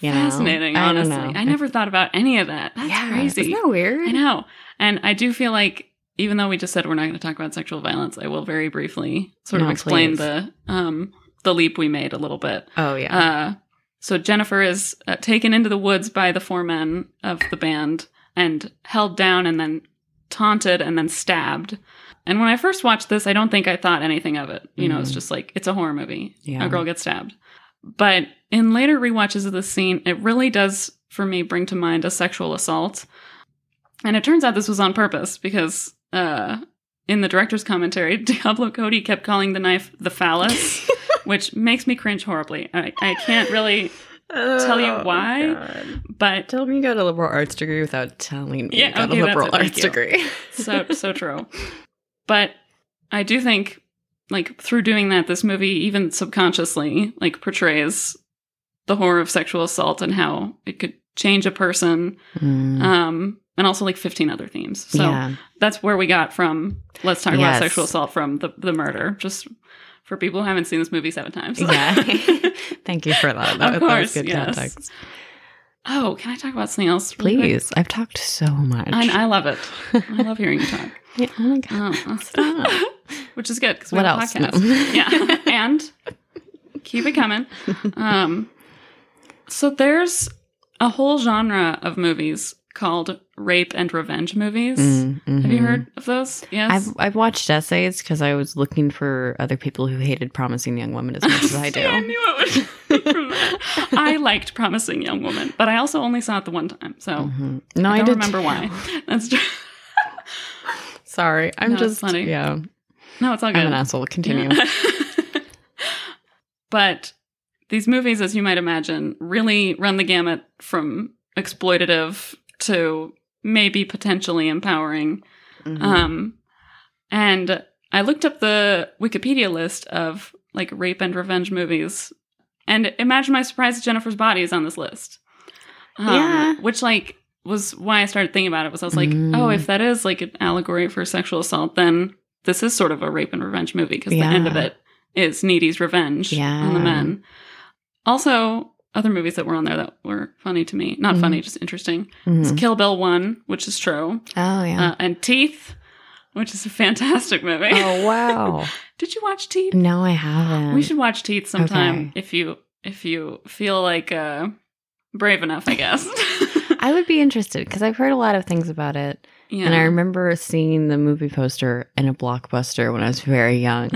You know?
Fascinating,
I don't
honestly.
know.
I never thought about any of that. That's
Yeah.
crazy.
Isn't that weird?
I know. And I do feel like, even though we just said we're not going to talk about sexual violence, I will very briefly sort of
No,
explain
please.
the um, the leap we made a little bit.
Oh yeah.
Uh, so Jennifer is uh, taken into the woods by the four men of the band and held down and then taunted and then stabbed. And when I first watched this, I don't think I thought anything of it. You know, it's
Mhm.
just like it's a horror movie.
Yeah.
A girl gets stabbed. But in later rewatches of this scene, it really does for me bring to mind a sexual assault. And it turns out this was on purpose because uh, in the director's commentary, Diablo Cody kept calling the knife the phallus which makes me cringe horribly. I, I can't really, tell you why, but
Oh, Tell me you got a liberal arts degree without telling me
Yeah,
you got
okay,
a
that's
liberal
it. Thank
arts
you.
degree.
so so true. But I do think, like through doing that, this movie even subconsciously like portrays the horror of sexual assault and how it could change a person,
Mm.
um, and also like fifteen other themes. So
yeah.
that's where we got from. Let's talk
Yes.
about sexual assault from the the murder. Just for people who haven't seen this movie seven times.
yeah. Thank you for that. That,
Of
that was
course,
good
yes.
context.
oh, can I talk about something else? really quick?
Please. I've talked so much.
And I love it. I love hearing you talk.
Yeah, oh my god.
Oh.
Stop.
Which is good because we
What
have
else?
a
No.
podcast. yeah. And keep it coming. Um, so there's a whole genre of movies called rape and revenge movies.
Mm,
Have you
mhm.
heard of those? Yes.
I've I've watched essays because I was looking for other people who hated promising young women as much as I
See, I
do.
knew it would come from that. I liked Promising Young Woman, but I also only saw it the one time. So
Mhm. No,
Mm-hmm. I
I,
don't
did
remember
too.
why. That's true.
Sorry, I'm
No, it's
just
funny.
yeah.
No, it's all good.
I'm an asshole. Continue.
Yeah. but these movies, as you might imagine, really run the gamut from exploitative to maybe potentially empowering.
Mhm.
Um, and I looked up the Wikipedia list of like rape and revenge movies, and imagine my surprise that Jennifer's Body is on this list. Um,
Yeah.
Which like was why I started thinking about it. Was I was like,
Mm.
oh, if that is like an allegory for sexual assault, then this is sort of a rape and revenge movie because
Yeah.
the end of it is Needy's revenge on the
Yeah.
men. Also, other movies that were on there that were funny to me, not
Mhm.
funny, just interesting. It's
Mhm.
Kill Bill One, which is true.
Oh yeah.
Uh, and Teeth, which is a fantastic movie.
oh wow.
Did you watch Teeth?
No, I haven't.
We should watch Teeth sometime
Okay.
if you if you feel like uh, brave enough, I guess.
I would be interested because I've heard a lot of things about it,
yeah.
and I remember seeing the movie poster in a blockbuster when I was very young.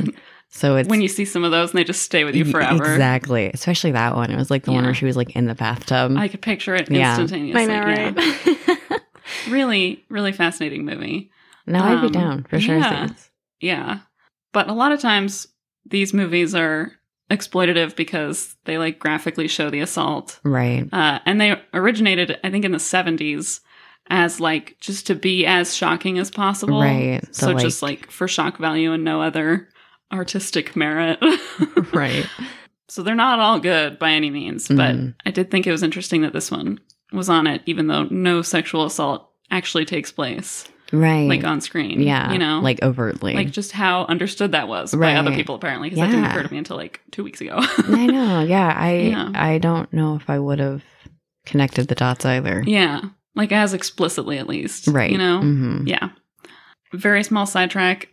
So it's Mm-hmm.
when you see some of those and they just stay with you forever.
Exactly, especially that one. It was like the one
Yeah.
where she was like in the bathtub.
I could picture it
Yeah.
instantaneously. yeah.
right?
Really, really fascinating movie.
no, I'd be
Um,
down for sure.
yeah.
Things.
Yeah. But a lot of times these movies are exploitative because they like graphically show the assault
Right.
Uh, and they originated, I think, in the 70s. as like just to be as shocking as possible.
Right, the,
So just like for shock value and no other artistic merit.
right.
So they're not all good by any means, but
Mm.
I did think it was interesting that this one was on it, even though no sexual assault actually takes place,
Right.
like on screen.
yeah.
You know?
like overtly.
like just how understood that was by
Right.
other people apparently because that didn't
Yeah.
occur to me until like two weeks ago
I know. Yeah. I
Yeah.
I don't know if I would have connected the dots either.
yeah like as explicitly at least
Right.
you know
hmm
yeah very small sidetrack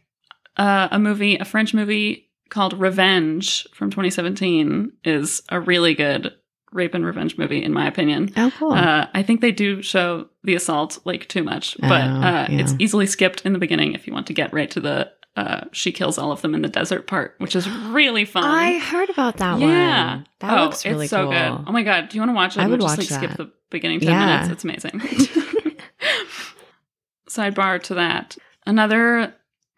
uh, a movie a french movie called revenge from 2017 is a really good rape and revenge movie in my opinion
Oh, cool.
uh, i think they do show the assault like too much but
Oh,
uh, it's
yeah.
easily skipped in the beginning if you want to get right to the uh, she kills all of them in the desert part which is really fun
I heard about that one.
um, Yeah.
That
oh,
looks really
it's so
cool.
good. Oh my god, do you want to watch it?
I
We'll
would
just,
watch
like,
that.
Skip the beginning ten
Yeah.
minutes. It's amazing. Sidebar to that, another,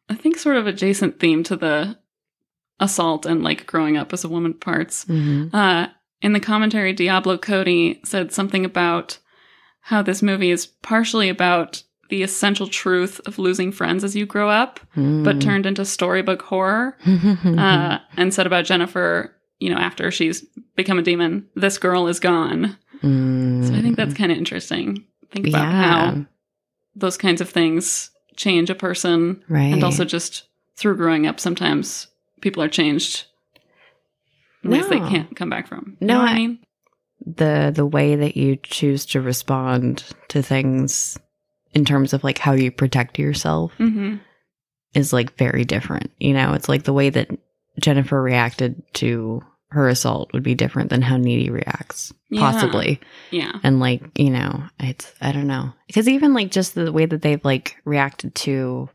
I think, sort of adjacent theme to the assault and like growing up as a woman parts.
Mhm.
Uh, in the commentary, Diablo Cody said something about how this movie is partially about the essential truth of losing friends as you grow up, but
Mm.
turned into storybook horror
Mm-hmm.
uh, and said about Jennifer, you know, after she's become a demon, this girl is gone.
Mm.
So I think that's kind of interesting. Think about
yeah,
how those kinds of things change a person,
right.
and also just through growing up, sometimes people are changed in ways they
No.
can't come back from.
No,
what
I-
mean,
the the way that you choose to respond to things in terms of like how you protect yourself
hmm
is like very different. You know, it's like the way that Jennifer reacted to her assault would be different than how Needy reacts,
Yeah.
possibly.
yeah,
And like, you know, it's I don't know. Because even like just the way that they've like reacted to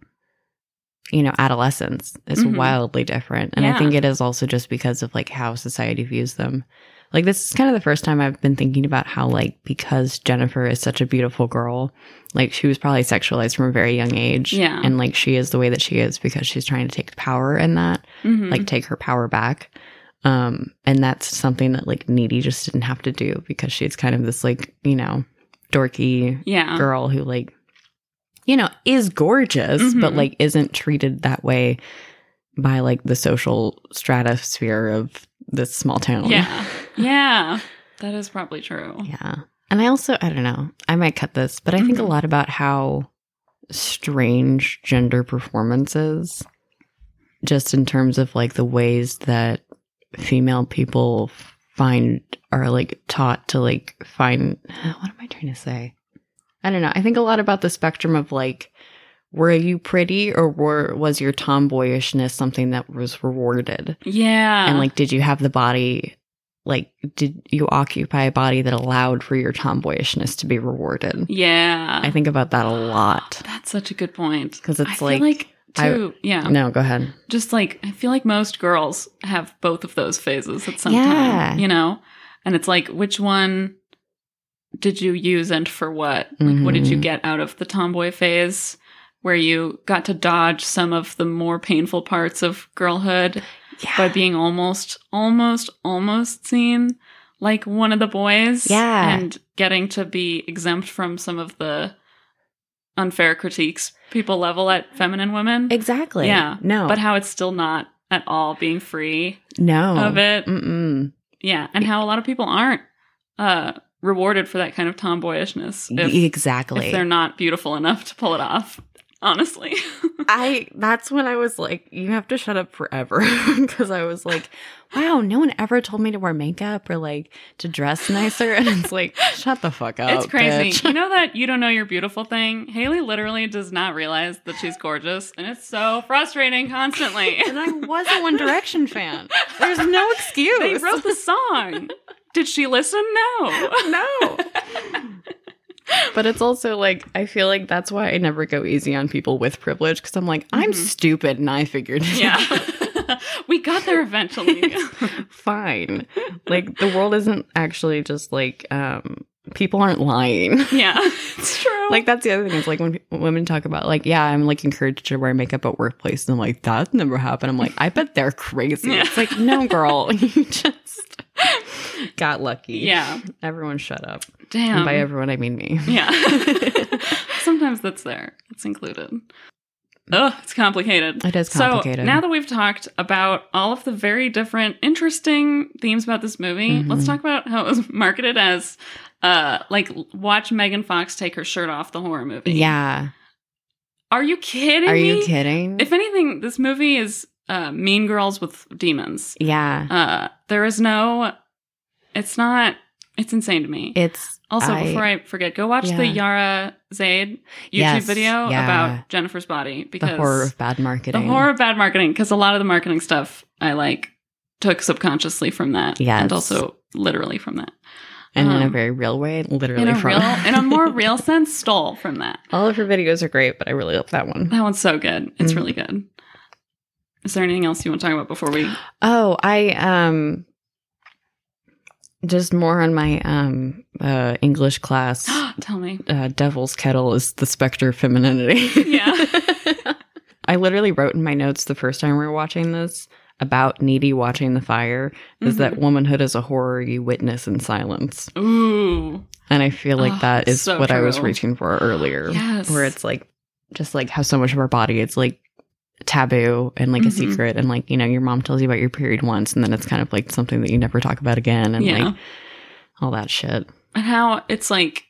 you know, adolescence is
Mhm.
wildly different. And
Yeah.
I think it is also just because of like how society views them. Like this is kind of the first time I've been thinking about how like because Jennifer is such a beautiful girl, like she was probably sexualized from a very young age.
Yeah.
And like she is the way that she is because she's trying to take power in that
hmm
like take her power back um and that's something that like needy just didn't have to do because she's kind of this like you know dorky
yeah,
girl who like you know is gorgeous but
Mhm.
like isn't treated that way by like the social stratosphere of this small town
yeah, yeah. That is probably true.
yeah and i also i don't know i might cut this but i think a
Mhm.
lot about how strange gender performances just in terms of like the ways that female people find are like taught to like find what am i trying to say i don't know i think a lot about the spectrum of like were you pretty or were was your tomboyishness something that was rewarded
Yeah,
and like did you have the body like did you occupy a body that allowed for your tomboyishness to be rewarded
yeah.
i think about that a lot
that's such a good point
'Cause
I
it's
feel
like-
like
I-
too. yeah,
no go ahead
just like I feel like most girls have both of those phases at some
Yeah.
time, you know? And it's like which one did you use and for what? Like what did you
Mhm.
get out of the tomboy phase where you got to dodge some of the more painful parts of girlhood
yeah
by being almost almost almost seen like one of the boys
Yeah.
and getting to be exempt from some of the unfair critiques people level at feminine women
exactly
Yeah,
no
but how it's still not at all being free
no
of it.
Mm-mm.
Yeah, and how a lot of people aren't uh, rewarded for that kind of tomboyishness if,
exactly
if they're not beautiful enough to pull it off. Honestly,
I that's when I was like, you have to shut up forever because I was like, wow, no one ever told me to wear makeup or like to dress nicer, and it's like, shut the fuck up.
it's crazy.
bitch.
You know that you don't know you're beautiful thing. Haley literally does not realize that she's gorgeous, and it's so frustrating constantly.
And I was a One Direction fan. There's no excuse.
they wrote the song. Did she listen? No.
no. But it's also like I feel like that's why I never go easy on people with privilege because I'm like I'm
Mhm.
stupid and I figured it out.
Yeah, we got there eventually.
Fine, like the world isn't actually just like um people aren't lying.
yeah, it's true.
like that's the other thing is like when pe- women talk about like yeah I'm like encouraged to wear makeup at workplace and I'm like that never happened. I'm like I bet they're crazy.
Yeah.
It's like no girl, you just got lucky.
Yeah. Um,
everyone shut up.
Damn.
and by everyone, I mean me.
Yeah. Sometimes that's there. It's included. Ugh, it's complicated.
It is complicated.
So now that we've talked about all of the very different, interesting themes about this movie,
Mhm.
let's talk about how it was marketed as, uh, like watch Megan Fox take her shirt off the horror movie.
yeah.
Are you kidding
Are you
me?
kidding?
If anything, this movie is uh, Mean Girls with demons.
yeah.
Uh, there is no. It's not. It's insane to me.
It's
Also,
I-
before I forget, go watch
Yeah.
the Yara Zaid YouTube
Yes,
video
yeah.
about Jennifer's body because
the horror of bad marketing.
the horror of bad marketing. Because a lot of the marketing stuff I like took subconsciously from that,
Yes.
and also literally from that.
and in a
um,
very real way, literally
in a
from
real, in a more real sense, stole from that.
All of her videos are great, but I really love that one.
That one's so good. It's
Mhm.
really good. Is there anything else you want to talk about before we?
Oh, I um just more on my um uh English class.
Tell me.
Uh, Devil's Kettle is the specter of femininity.
Yeah.
I literally wrote in my notes the first time we were watching this about Needy watching the fire is
Mm-hmm.
that womanhood is a horror you witness in silence.
Mhm. Ooh.
And I feel like
Oh,
that is
so
what I was
true.
reaching for earlier.
Yes.
Where it's like just like how so much of our body is like taboo and like a
Mhm.
secret and like, you know, your mom tells you about your period once and then it's kind of like something that you never talk about again and
Yeah.
like all that shit.
and how it's like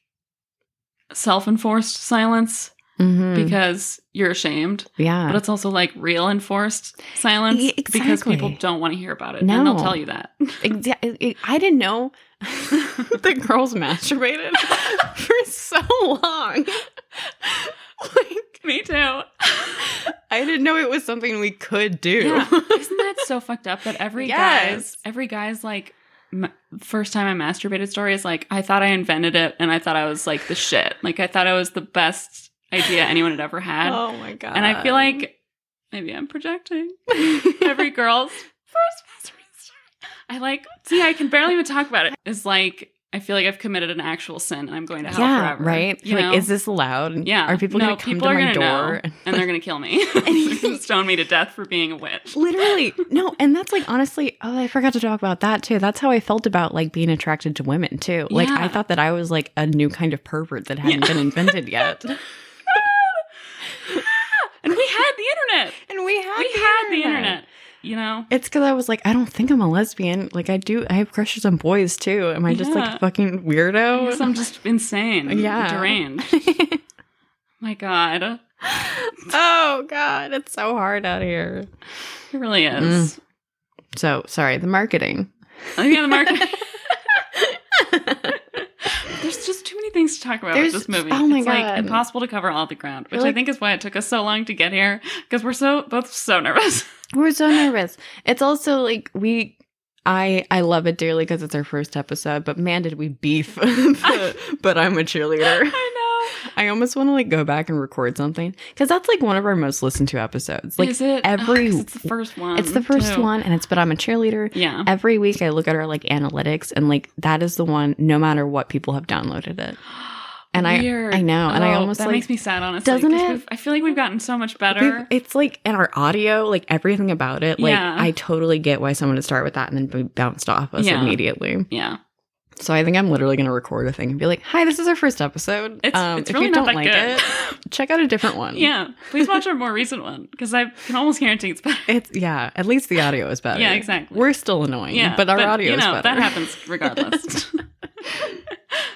self-enforced silence Mm.
Mm-hmm.
because you're ashamed
Yeah.
but it's also like real enforced silence
Yeah,
because people
exactly.
don't want to hear about it and they'll
No.
tell you that
Exactly. I didn't know the girls masturbated for so long. like,
me too
I didn't know it was something we could do.
Yeah. isn't that so fucked up that every
Yes.
guy's every guy's like m- first time i masturbated story is like i thought i invented it and i thought i was like the shit like i thought i was the best idea anyone had ever had
oh my god!
and i feel like maybe i'm projecting every girl's first masturbation story. I like see I can barely even talk about it. It's like I feel like I've committed an actual sin and I'm going to hell
yeah,
forever.
right?
You
like,
know?
is this allowed?
yeah.
Are people
No,
gonna come
people
to
are
my
gonna know,
door?
and they're gonna kill me. They're gonna Stone me to death for being a witch.
Literally, no. And that's like honestly. Oh, I forgot to talk about that too. That's how I felt about like being attracted to women too. Like
Yeah.
I thought that I was like a new kind of pervert that hadn't
Yeah.
been invented yet.
And we had the internet.
and we had
we had the internet. You know?
It's because I was like, I don't think I'm a lesbian. Like, I do, I have crushes on boys too. Am I just like
Yeah.
a fucking
I guess
weirdo?
I'm just insane.
Yeah.
Deranged. Oh My God.
oh, God. It's so hard out here.
It really
Mm.
is.
So, sorry, the marketing.
I think on the market. There's just too many things to talk about
There's-
with this movie.
oh my
it's
God.
like impossible to cover all the ground, which
Really?
I think is why it took us so long to get here because we're so both so nervous.
We're so nervous. It's also like we. I, I love it dearly because it's our first episode, but man, did we beef! the- but I'm a cheerleader.
I
I almost want to like go back and record something because that's like one of our most listened to episodes. Like
is it Oh,
every-
'cause it's the first one.
it's the first
um, too.
one, and it's but I'm a cheerleader.
Yeah.
every week I look at our like analytics and like that is the one no matter what people have downloaded it. And
Weird.
I I know and I
Oh,
almost
that
like
makes me sad, honestly.
doesn't
'cause
it?
we've- I feel like we've gotten so much better.
we've- it's like in our audio like everything about it like
Yeah.
I totally get why someone would start with that and then be bounced off us
Yeah.
immediately.
yeah,
So I think I'm literally going to record a thing and be like, "Hi, this is our first episode. Um,
it's it's
if
really
you
not
don't
that
like
good.
it, check out a different one."
yeah, please watch our more recent one because I can almost guarantee it's better.
It's yeah, at least the audio is better.
Yeah, exactly.
We're still annoying,
yeah,
but our audio
you know,
is better.
That happens regardless.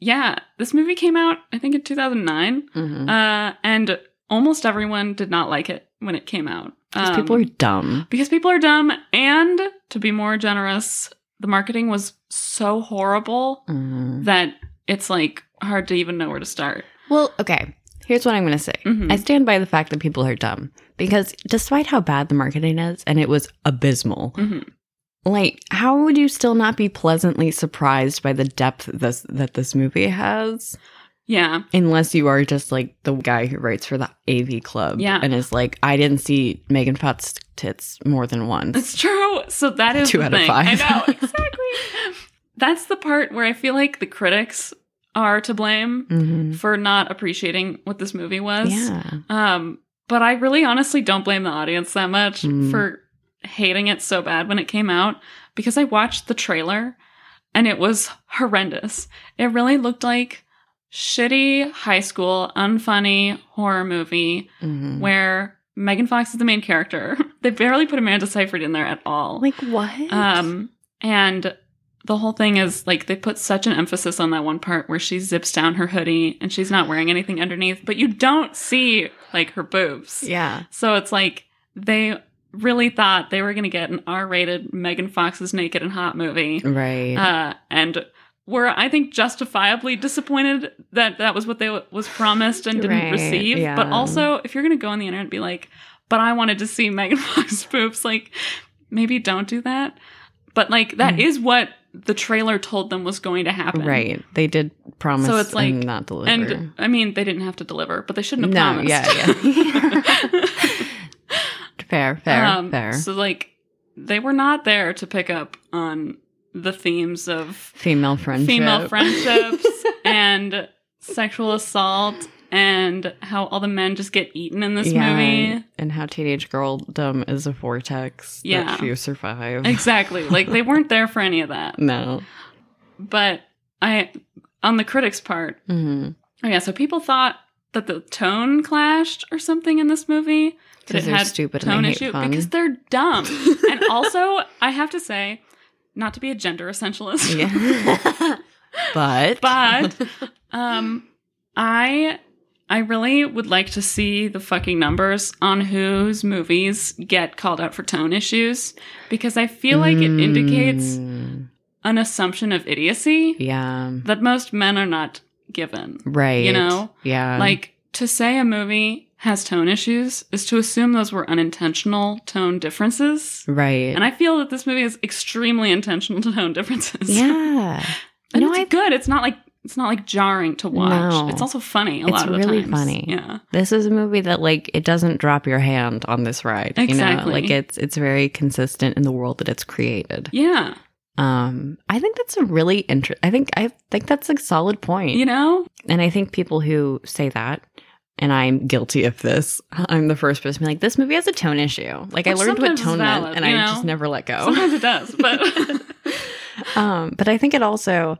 yeah, this movie came out I think in 2009,
Mhm.
uh, and almost everyone did not like it when it came out
'Cause
Um,
people are dumb.
because people are dumb, and to be more generous, the marketing was so horrible
Mhm.
that it's like hard to even know where to start.
Well, okay. Here's what I'm going to say.
Mhm.
I stand by the fact that people are dumb because despite how bad the marketing is, and it was abysmal,
Mhm.
like how would you still not be pleasantly surprised by the depth this that this movie has?
Yeah,
Unless you are just like the guy who writes for the AV Club
Yeah.
and is like, I didn't see Megan Fox tits more than once.
It's true. So that is
Two
the
out of
thing.
five.
I know exactly. That's the part where I feel like the critics are to blame
Mhm.
for not appreciating what this movie was.
Yeah,
Um, but I really honestly don't blame the audience that much
Mm.
for hating it so bad when it came out because I watched the trailer and it was horrendous. It really looked like shitty high school, unfunny horror movie
Mhm.
where Megan Fox is the main character. They barely put Amanda Seyfried in there at all.
like what?
Um, and the whole thing is like they put such an emphasis on that one part where she zips down her hoodie and she's not wearing anything underneath, but you don't see like her boobs.
yeah.
So it's like they really thought they were going to get an R rated Megan Fox's Naked and Hot movie.
Right.
Uh, and were, I think, justifiably disappointed that that was what they w- was promised and didn't
Right,
receive.
yeah.
But also, if you're going to go on the internet and be like, but I wanted to see Megan Fox boobs, like, maybe don't do that. But like, that
Mm.
is what the trailer told them was going to happen.
right. They did promise
um, So it's like-
and not deliver.
And I mean, they didn't have to deliver, but they shouldn't
no,
have
yeah,
promised.
yeah. fair, fair, fair.
Um, So like they were not there to pick up on the themes of
female friendship.
female friendships and sexual assault and how all the men just get eaten in this
Yeah,
movie.
And how teenage girldom is a vortex
Yeah.
that few survive.
Exactly. Like they weren't there for any of that.
no.
But I on the critics part,
Mm-hmm.
oh yeah, so people thought that the tone clashed or something in this movie. That it
Because they're
had
stupid and
tone
they hate
issue
fun.
because they're dumb. and also, I have to say, not to be a gender essentialist,
yeah. but
but um i i really would like to see the fucking numbers on whose movies get called out for tone issues because i feel like it indicates
Mm,
an assumption of idiocy
yeah.
that most men are not given
Right.
know,
Yeah.
like to say a movie has tone issues is to assume those were unintentional tone differences
right.
and i feel that this movie is extremely intentional to tone differences
yeah.
And
No,
it's
I-
good. It's not like it's not like jarring to watch.
No.
It's also funny a
It's
lot of the
really
times.
funny.
Yeah.
This is a movie that like it doesn't drop your hand on this ride. You
Exactly.
know, like it's it's very consistent in the world that it's created.
Yeah.
Um, I think that's a really interest. I think I think that's a solid point.
You know?
And I think people who say that, and I'm guilty of this, I'm the first person to be like, this movie has a tone issue. Like, I
Which
learned what
sometimes is
tone
valid,
meant, and
you
I
know?
just never let go.
Sometimes it does, but
um, but I think it also,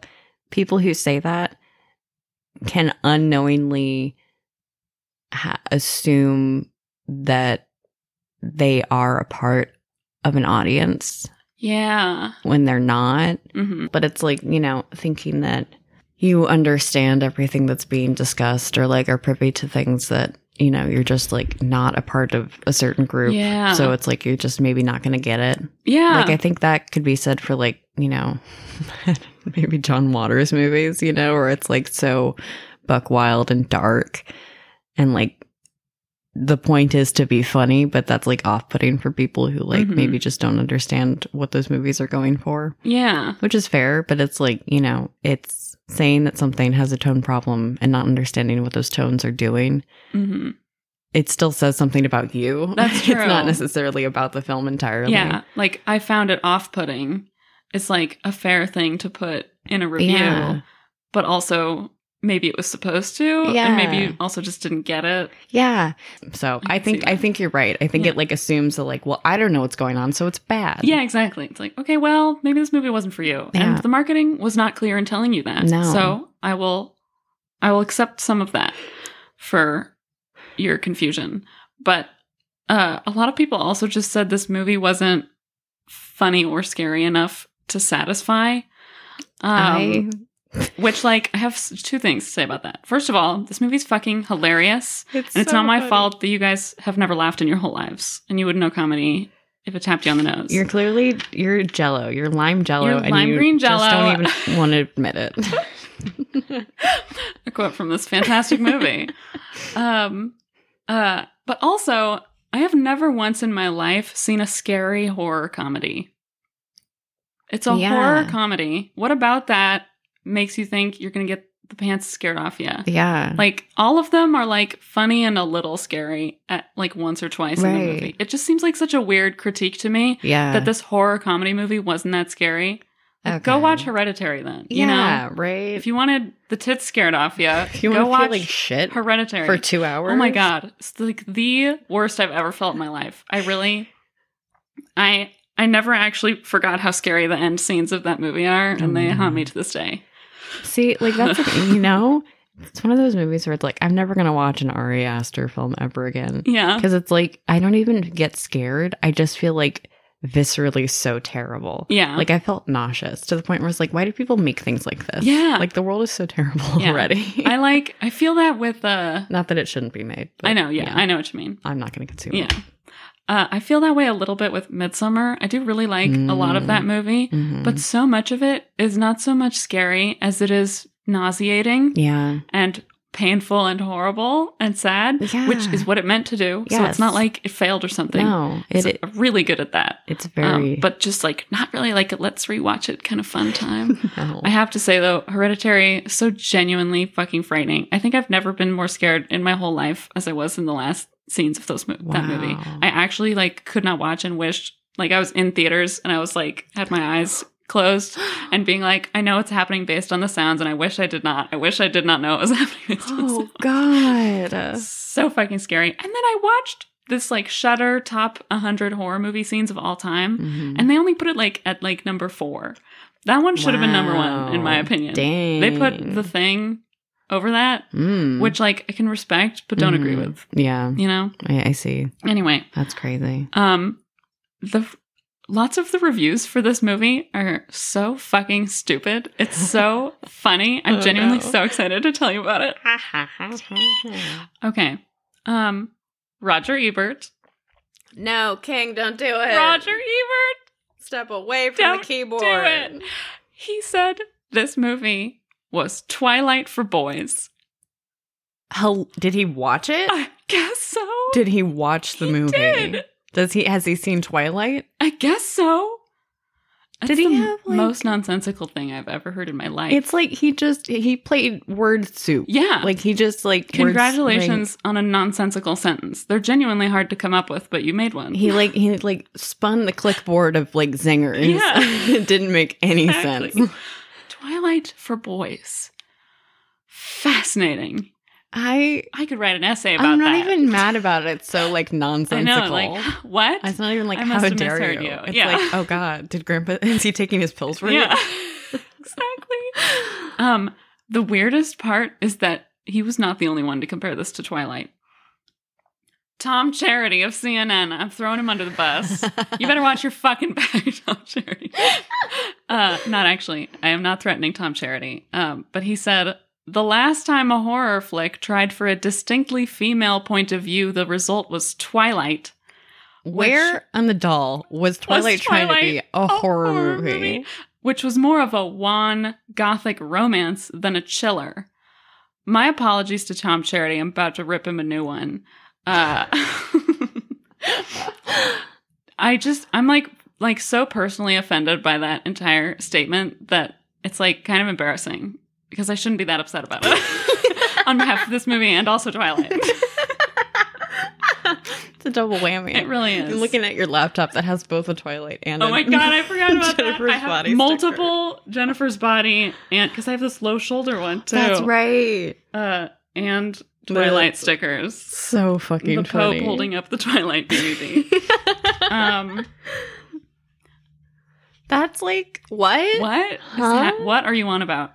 people who say that can unknowingly ha- assume that they are a part of an audience
yeah.
when they're not
hmm
but it's like you know thinking that you understand everything that's being discussed or like are privy to things that you know you're just like not a part of a certain group
Yeah.
so it's like you're just maybe not gonna get it
Yeah.
like i think that could be said for like you know maybe john waters movies you know where it's like so buck wild and dark and like the point is to be funny but that's like off-putting for people who like
Mhm.
maybe just don't understand what those movies are going for
yeah.
which is fair, but it's like, you know, it's saying that something has a tone problem and not understanding what those tones are doing.
hmm
It still says something about you.
That's true.
it's not necessarily about the film entirely.
Yeah. Like I found it off putting. It's like a fair thing to put in a review,
Yeah.
but also maybe it was supposed to. And
Yeah.
maybe you also just didn't get it.
Yeah. So
I
I
can see
think I
that.
think you're right. I think
Yeah.
it like assumes that like, well, I don't know what's going on, so it's bad.
Yeah, exactly. It's like, okay, well, maybe this movie wasn't for you.
Yeah.
And the marketing was not clear in telling you that.
No.
So I will I will accept some of that for your confusion. But uh, a lot of people also just said this movie wasn't funny or scary enough to satisfy. Um,
I
Which, like, I have s- two things to say about that. First of all, this movie's fucking hilarious.
it's,
And it's not my fault that you guys have never laughed in your whole lives. And you wouldn't know comedy if it tapped you on the nose.
You're clearly you're jello. You're lime jello
You're
and
lime
you
green
just
Jell-O.
don't even want to admit it.
a quote from this fantastic movie. um, uh, but also, I have never once in my life seen a scary horror comedy. It's a
Yeah.
horror comedy. What about that makes you think you're going to get the pants scared off you?
yeah.
Like all of them are like funny and a little scary at like once or twice in the
Right.
movie. It just seems like such a weird critique to me
yeah.
that this horror comedy movie wasn't that scary. Like, Go
Okay.
watch Hereditary then. You know,
yeah, right.
if you wanted the tits scared off you,
If you
go
want to
watch
feel like shit
Hereditary.
for two hours,
oh my god, it's like the worst I've ever felt in my life. I really, I I I never actually forgot how scary the end scenes of that movie are, and they
Mm.
haunt me to this day.
See, like that's the thing, you know, it's one of those movies where it's like I'm never gonna watch an Ari Aster film ever again
Yeah.
because it's like I don't even get scared. I just feel like viscerally so terrible.
Yeah.
Like I felt nauseous to the point where it's like, why do people make things like this?
Yeah.
like the world is so terrible
Yeah.
already.
I like I feel that with uh
Not that it shouldn't be made. But
I know, yeah, I know what you mean.
I'm not going to consume
Yeah.
it.
Uh, I feel that way a little bit with Midsummer. I do really like a lot of that movie,
Mhm.
but so much of it is not so much scary as it is nauseating
yeah,
and painful and horrible and sad, which
Yeah.
is what it meant to do. So
Yes.
it's not like it failed or something.
no,
It's
it, it
really good at that.
it's
Um,
very.
but just like not really like a let's rewatch it kind of fun time.
no.
I have to say though, Hereditary is so genuinely fucking frightening. I think I've never been more scared in my whole life as I was in the last scenes of those mo- that movie.
Wow.
I actually like could not watch and wished like I was in theaters and I was like had my eyes closed and being like, I know it's happening based on the sounds, and I wish I did not. I wish I did not know it was happening. Based on the
oh
sounds.
God.
so fucking scary. And then I watched this like Shutter top 100 horror movie scenes of all time
Mhm.
and they only put it like at like number four. That one should have been number one, in my
Wow.
opinion.
Dang.
They put the thing over that,
Mm.
which like I can respect but don't agree
Mhm.
with.
Yeah,
You know.
I, I see.
Anyway,
That's crazy.
um, the lots of the reviews for this movie are so fucking stupid. It's so funny. I'm
Oh,
genuinely
no.
so excited to tell you about it. Okay, um, Roger Ebert.
no, King, don't do it.
Roger Ebert.
step away from
Don't
the keyboard.
do it. He said this movie was Twilight for boys.
Hel- did he watch it?
I guess so.
Did he watch Eh. the
He
movie?
did.
Does he? Has he seen Twilight?
I guess so. That's
Did he
the
have, like-
most nonsensical thing I've ever heard in my life?
It's like he just he played word soup.
yeah.
Like he just like word
Congratulations on a nonsensical sentence. They're genuinely hard to come up with, but you made one.
spring. He like he like spun the clipboard of like zingers.
Yeah.
it didn't make any
Exactly.
sense.
Twilight for boys. Fascinating.
I
I could write an essay about
I'm not
that.
even mad about it. It's So like
I
nonsensical.
know, like what?
it's not even like
I
how
must have
dare
misheard
you.
you.
It's
Yeah.
like oh god, did Grandpa is he taking his pills right?
Yeah. exactly. Um, the weirdest part is that he was not the only one to compare this to Twilight. Tom Charity of CNN. I'm throwing him under the bus. You better watch your fucking back, Tom Charity. Uh, not actually. I am not threatening Tom Charity. Um, but he said, the last time a horror flick tried for a distinctly female point of view, the result was Twilight.
Where on the doll was Twilight, trying to be
Twilight
a, horror, movie?
which was more of a wan gothic romance than a chiller. My apologies to Tom Charity. I'm about to rip him a new one. Uh, I just, I'm like, like so personally offended by that entire statement that it's like kind of embarrassing because I shouldn't be that upset about it on behalf of this movie and also Twilight.
it's a double whammy.
It really is.
I'm looking at your laptop that has both a Twilight and
Oh
a-
my god, I forgot about
Jennifer's
that. I have
body sticker.
multiple Jennifer's body and because I have this low shoulder one too.
That's right.
Uh, and Twilight
The-
stickers.
So fucking
The Pope
funny.
holding up the Twilight DVD. um,
That's like what?
what? is
Huh?
that- what are you on about?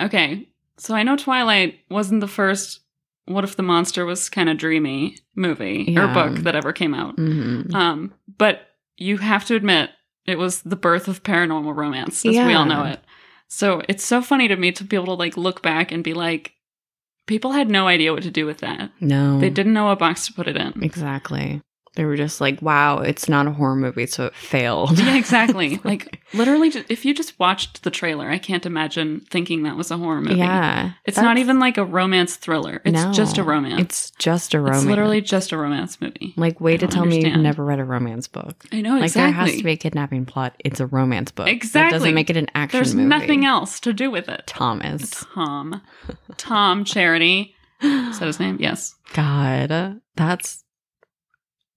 Okay, so I know Twilight wasn't the first. What if the monster was kind of dreamy movie or
Yeah.
book that ever came out?
Mhm.
Um, but you have to admit, it was the birth of paranormal romance, as we all
Yeah.
know it. So it's so funny to me to be able to like look back and be like, people had no idea what to do with that.
No,
They didn't know what box to put it in.
exactly. They were just like, "Wow, it's not a horror movie, so it failed."
Yeah, exactly. like literally, ju- if you just watched the trailer, I can't imagine thinking that was a horror movie.
yeah,
it's
that's-
not even like a romance thriller. It's
No.
just a romance.
It's just a romance.
It's literally just a romance movie.
like way to
don't
tell me you've
understand.
never read a romance book.
I know
Like
exactly.
there has to be a kidnapping plot. It's a romance book. That
Exactly.
doesn't make it an action
There's
movie.
nothing else to do with it.
Thomas.
Tom. Tom Charity. Is that his name? Yes.
God, that's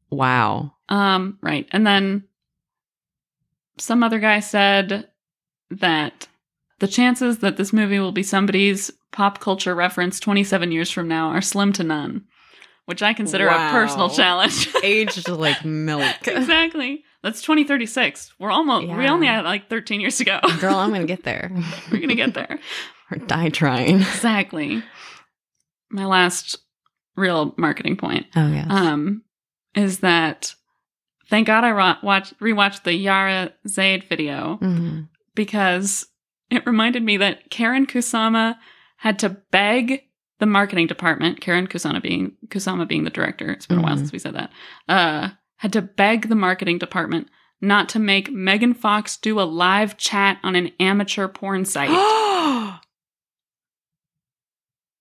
wow.
Um, right. And then some other guy said that the chances that this movie will be somebody's pop culture reference 27 years from now are slim to none, which I consider
Wow.
a personal challenge.
Aged like milk.
exactly. That's 2036. We're almost, we
Yeah.
only had like 13 years to go.
Girl, I'm going to get there.
We're going to get there.
or die trying.
exactly. My last real marketing point
Oh, yes.
um, is that thank God I ro- watch, rewatched the Yara Zaid video
Mhm.
because it reminded me that Karen Kusama had to beg the marketing department, Karen Kusama being Kusama being the director, it's been a while
Mhm.
since we said that, uh, had to beg the marketing department not to make Megan Fox do a live chat on an amateur porn site.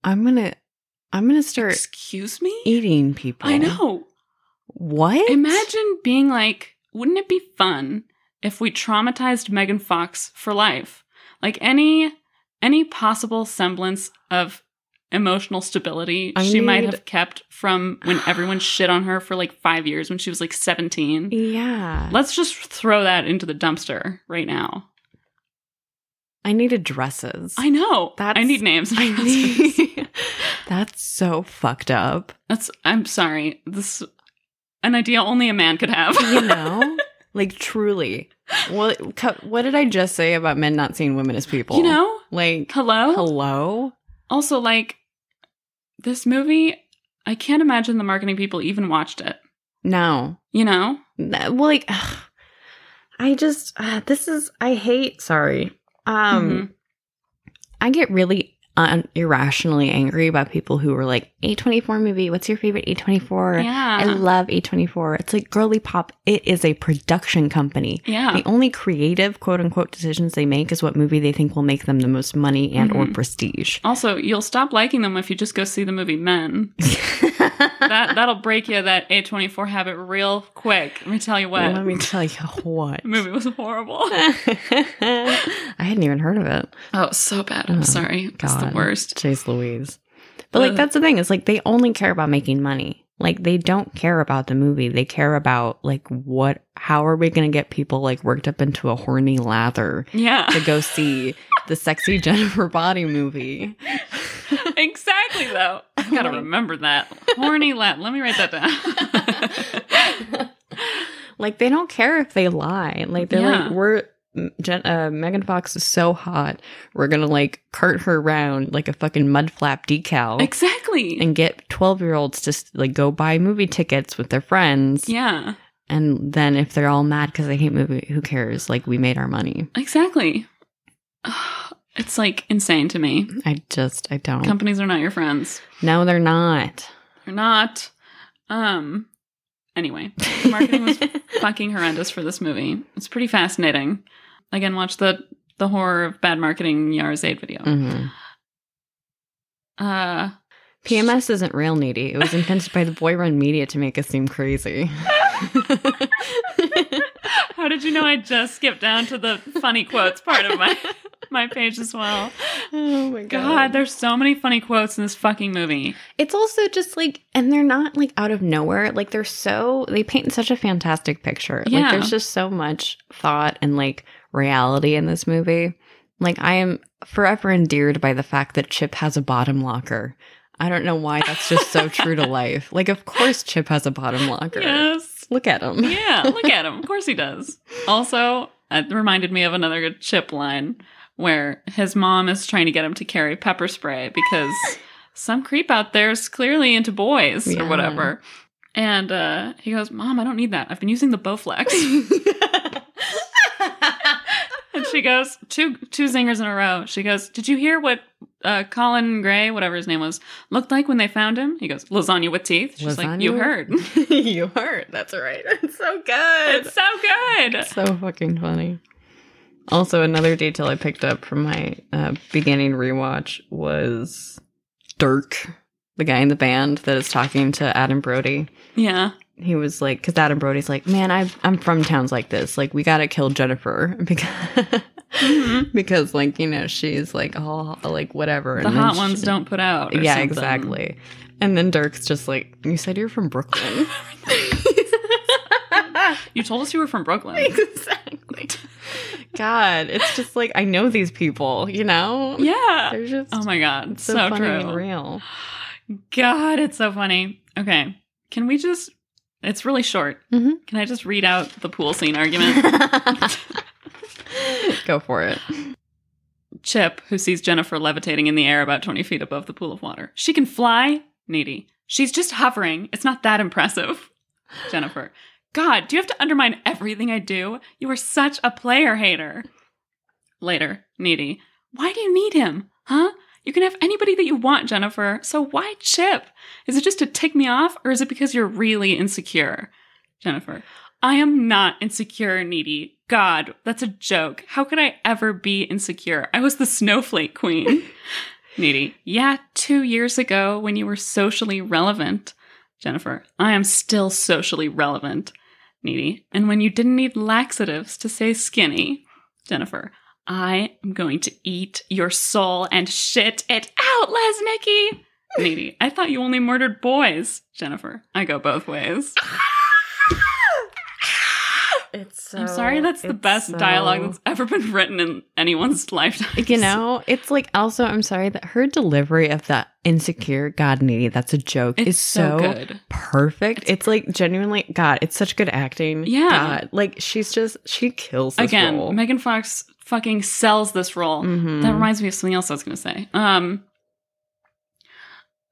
I'm going to I'm going to start
Excuse me?
eating people.
I know.
What?
Imagine being like, wouldn't it be fun if we traumatized Megan Fox for life? Like any any possible semblance of emotional stability
I
she might
need-
have kept from when everyone shit on her for like 5 years when she was like 17.
Yeah.
Let's just throw that into the dumpster right now.
I needed dresses.
I know. I
That's-
need names.
I need- That's so fucked up.
That's I'm sorry. This an idea only a man could have.
You know? like truly. What co- what did I just say about men not seeing women as people?
you know?
Like
Hello?
hello?
Also, like, this movie, I can't imagine the marketing people even watched it.
No.
You know?
Nah, well like ugh. i just uh, this is i hate sorry um
Mm-hmm.
i get really un- irrationally angry about people who are like a24 movie what's your favorite a24
yeah.
i love a24 it's like girly pop it is a production company
yeah.
the only creative quote unquote decisions they make is what movie they think will make them the most money and or
Mhm.
prestige
Also, you'll stop liking them if you just go see the movie Men. That that'll break you that A twenty four habit real quick. Let me tell you what.
let me tell you what
the movie was horrible.
i hadn't even heard of it
Oh, so bad. I'm
Oh,
sorry. It's the
God.
worst.
Chase Louise. But like
Ugh.
that's the thing, is like they only care about making money. Like they don't care about the movie. They care about like what how are we gonna get people like worked up into a horny lather
Yeah.
to go see the sexy Jennifer Body movie.
exactly though. I gotta
Like-
remember that. Horny lat. Let me write that down.
like they don't care if they lie. Like they're
Yeah.
like we're Jen, uh, Megan Fox is so hot. We're gonna like cart her around like a fucking mudflap decal.
exactly.
and get 12 year olds to like go buy movie tickets with their friends
yeah.
and then if they're all mad because they hate movie who cares like we made our money
Exactly. It's like insane to me.
i just i don't
Companies are not your friends.
no they're not
They're not. Um anyway, the marketing was fucking horrendous for this movie. It's pretty fascinating. Again, watch the the horror of bad marketing Yara's aid video.
Mhm.
Uh
pms isn't real needy it was invented by the boy run media to make us seem crazy
how did you know I just skipped down to the funny quotes part of my my page as well?
oh my
God, there's so many funny quotes in this fucking movie.
It's also just like, and they're not like out of nowhere. Like they're so they paint such a fantastic picture.
Yeah.
Like there's just so much thought and like reality in this movie. Like I am forever endeared by the fact that Chip has a bottom locker. I don't know why that's just so true to life. Like of course Chip has a bottom locker.
Yes.
Look at him.
Yeah, look at him. Of course he does. Also, it reminded me of another good chip line where his mom is trying to get him to carry pepper spray because some creep out there's clearly into boys or
Yeah.
whatever. And uh, he goes, Mom, I don't need that. I've been using the Bowflex. and she goes, two, two zingers in a row. She goes, Did you hear what uh, Colin Gray, whatever his name was, looked like when they found him? He goes, Lasagna with teeth. She's like, You
Lasagna?
heard.
you heard. That's right. It's so good.
It's so good.
so fucking funny. Also, another detail I picked up from my uh, beginning rewatch was Dirk, the guy in the band that is talking to Adam Brody.
Yeah.
He was like, because Adam Brody's like, man, I've, I'm from towns like this. Like, we gotta kill Jennifer because,
Mhm.
because like, you know, she's like all like whatever.
The
and then
hot
she-
ones don't put out. or
Yeah,
something.
exactly. And then Dirk's just like, you said you're from Brooklyn.
You told us you were from Brooklyn.
exactly. God, it's just like I know these people, you know?
yeah.
They're just
Oh my god, it's
so,
so,
funny and
true.
real.
God, it's so funny. Okay, can we just It's really short.
Mhm.
Can I just read out the pool scene argument?
Go for it.
Chip, who sees Jennifer levitating in the air about 20 feet above the pool of water. She can fly, Needy. She's just hovering. It's not that impressive. Jennifer. God, do you have to undermine everything I do? You are such a player hater. Later, Needy. Why do you need him? Huh? You can have anybody that you want, Jennifer. So why Chip? Is it just to tick me off, or is it because you're really insecure? Jennifer. I am not insecure, needy. God, that's a joke. How could I ever be insecure? I was the snowflake queen. needy. Yeah, two years ago when you were socially relevant. Jennifer. I am still socially relevant. Needy. And when you didn't need laxatives to say skinny. Jennifer. I am going to eat your soul and shit it out, Les Nikki. Needy. I thought you only murdered boys. Jennifer. I go both ways.
It's
I'm sorry, that's the best dialogue that's ever been written in anyone's lifetime.
you know, it's like also I'm sorry that her delivery of that insecure God needy, that's a joke,
it's
is so,
good.
perfect. It's, like genuinely God, it's such good acting.
Yeah.
God, like she's just she kills this
Again,
role.
Megan Fox fucking sells this role.
Mhm.
That reminds me of something else I was going to say. Um,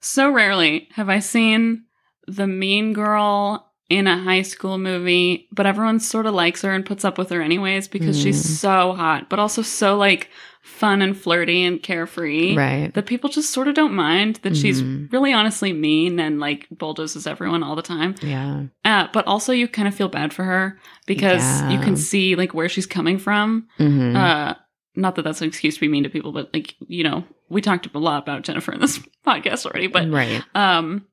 so rarely have I seen the mean girl in a high school movie, but everyone sort of likes her and puts up with her anyways because
Mm.
she's so hot, but also so like fun and flirty and carefree.
right.
that people just sort of don't mind that she's
Mhm.
really honestly mean and like bulldozes everyone all the time.
yeah.
Uh, but also, you kind of feel bad for her because you
Yeah.
can see like where she's coming from.
Mhm.
Uh, not that that's an excuse to be mean to people, but like you know, we talked a lot about Jennifer in this podcast already. But
right.
um,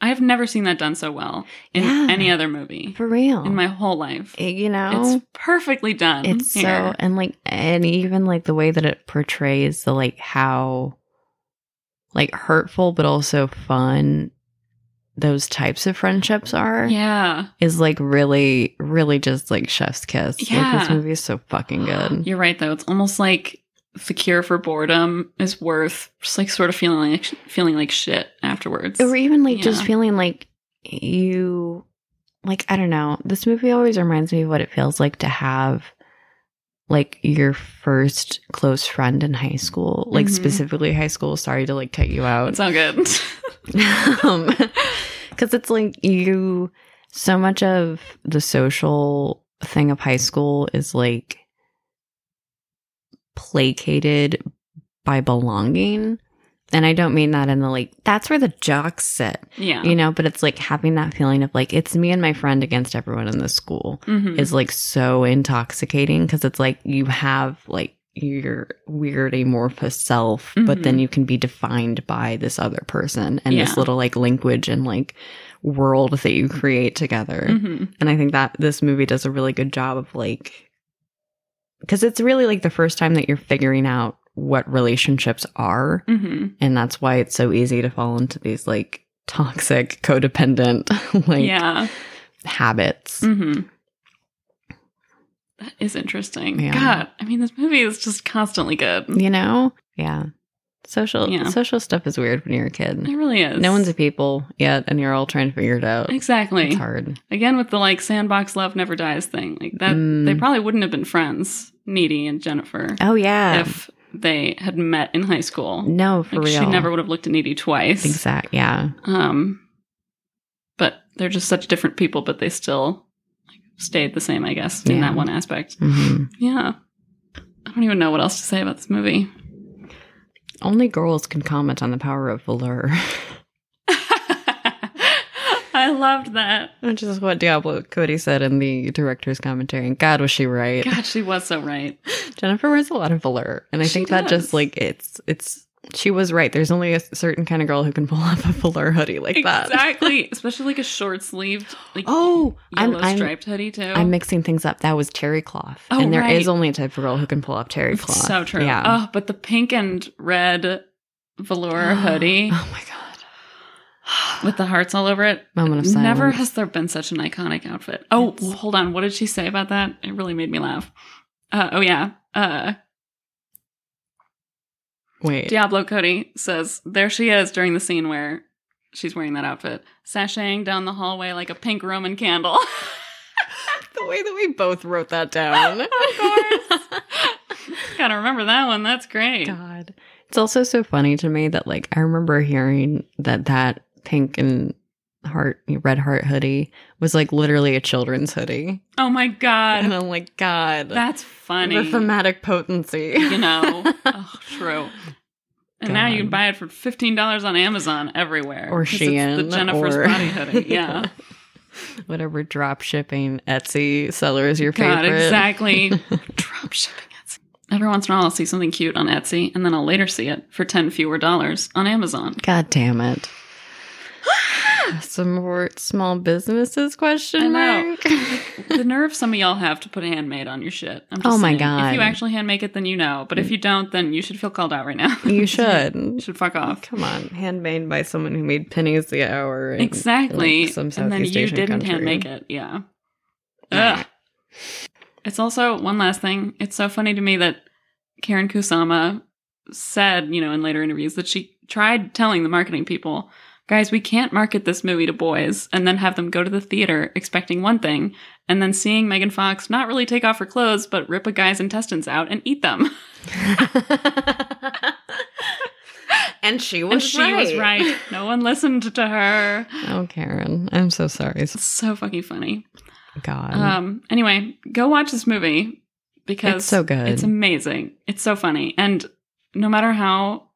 I have never seen that done so well in
Yeah.
any other movie
For real.
in my whole life.
you know,
It's perfectly done.
it's so
here.
and like and even like the way that it portrays the like how like hurtful but also fun those types of friendships are
yeah.
is like really really just like chef's kiss like this
Yeah.
movie is so fucking good
You're right, though. It's almost like the cure for boredom is worth just like sort of feeling like feeling like shit afterwards.
or even like just
Yeah.
feeling like you like i don't know this movie always reminds me of what it feels like to have like your first close friend in high school like
Mhm.
specifically high school sorry to like cut you out
It's all good.
um because it's like you so much of the social thing of high school is like placated by belonging and i don't mean that in the like that's where the jocks sit
yeah.
you know but it's like having that feeling of like it's me and my friend against everyone in the school
Mhm.
is like so intoxicating because it's like you have like your weird amorphous self, but then
Mhm.
you can be defined by this other person and
Yeah.
this little like language and like world that you create together.
Mhm.
And I think that this movie does a really good job of like, because it's really like the first time that you're figuring out what relationships are.
Mhm.
And that's why it's so easy to fall into these like toxic, codependent, like
yeah.
habits.
Mhm. That is interesting.
Yeah.
God, I mean, this movie is just constantly good.
you know yeah social
Mm. Yeah.
social stuff is weird when you're a
It
kid
really is.
no one's a people yet and you're all trying to figure it out
exactly
it's hard
again with the like sandbox love never dies thing. Like that,
Mm.
they probably wouldn't have been friends, Needy and Jennifer,
oh yeah
if they had met in high school.
no for
Like,
real
She never would have looked at Needy twice.
exactly yeah
Um, but they're just such different people, but they still like, stayed the same, I guess, in
Yeah.
that one aspect.
hmm
Yeah. I don't even know what else to say about this movie.
only girls can comment on the power of velour
I loved that.
which is what diablo cody said in the director's commentary and god was she right
God, she was so right.
jennifer wears a lot of velour and i
She
think that
does.
just like it's it's she was right there's only a certain kind of girl who can pull off a velour hoodie like that
Exactly. Especially like a short sleeved, like
oh i'm,
yellow
I'm
striped hoodie too.
I'm mixing things up. That was terry cloth.
Oh,
and there is
right.
only a type of girl who can pull off terry cloth.
so true.
Yeah.
Oh, but the pink and red velour hoodie
Oh my god.
with the hearts all over it.
Moment of silence.
Never has there been such an iconic outfit. Oh,
It's-
hold on. What did she say about that? It really made me laugh. Uh, oh, yeah. Uh,
Wait.
Diablo Cody says, There she is during the scene where she's wearing that outfit, sashaying down the hallway like a pink Roman candle.
the way that we both wrote that down.
of course. Gotta remember that one. That's great.
God. It's also so funny to me that like I remember hearing that that pink and heart red heart hoodie was like literally a children's hoodie.
Oh my god.
And I'm like, God,
That's funny.
the thematic potency.
you know. oh, true. And now you can
God.
buy it for fifteen dollars on Amazon everywhere.
Or
'cause it's
Shein,
the Jennifer's
or-
body hoodie. Yeah,
Whatever drop shipping Etsy seller is your
God,
favorite.
exactly. Drop shipping Etsy. Every once in a while, I'll see something cute on Etsy, and then I'll later see it for ten fewer dollars on Amazon.
God damn it. Some more small businesses
I
question
know.
mark.
the nerve some of y'all have to put handmade on your shit. I'm just
Oh my
saying. If
God.
you actually hand make it, then you know. But if you don't, then you should feel called out right now.
you
you
should.
should fuck off.
Come on, handmade by someone who made pennies the hour. and,
Exactly.
like, some
and then
Southeast
you
Asian
didn't
country.
hand make it. Yeah.
Yeah.
Ugh. It's also one last thing. It's so funny to me that Karen Kusama said, you know, in later interviews that she tried telling the marketing people, guys, we can't market this movie to boys and then have them go to the theater expecting one thing and then seeing Megan Fox not really take off her clothes but rip a guy's intestines out and eat them.
and she was
and she was right. No one listened to her.
Oh, Karen, I'm so sorry.
It's so fucking funny.
God,
Um. Anyway, go watch this movie because
It's so good.
It's amazing. It's so funny, and no matter how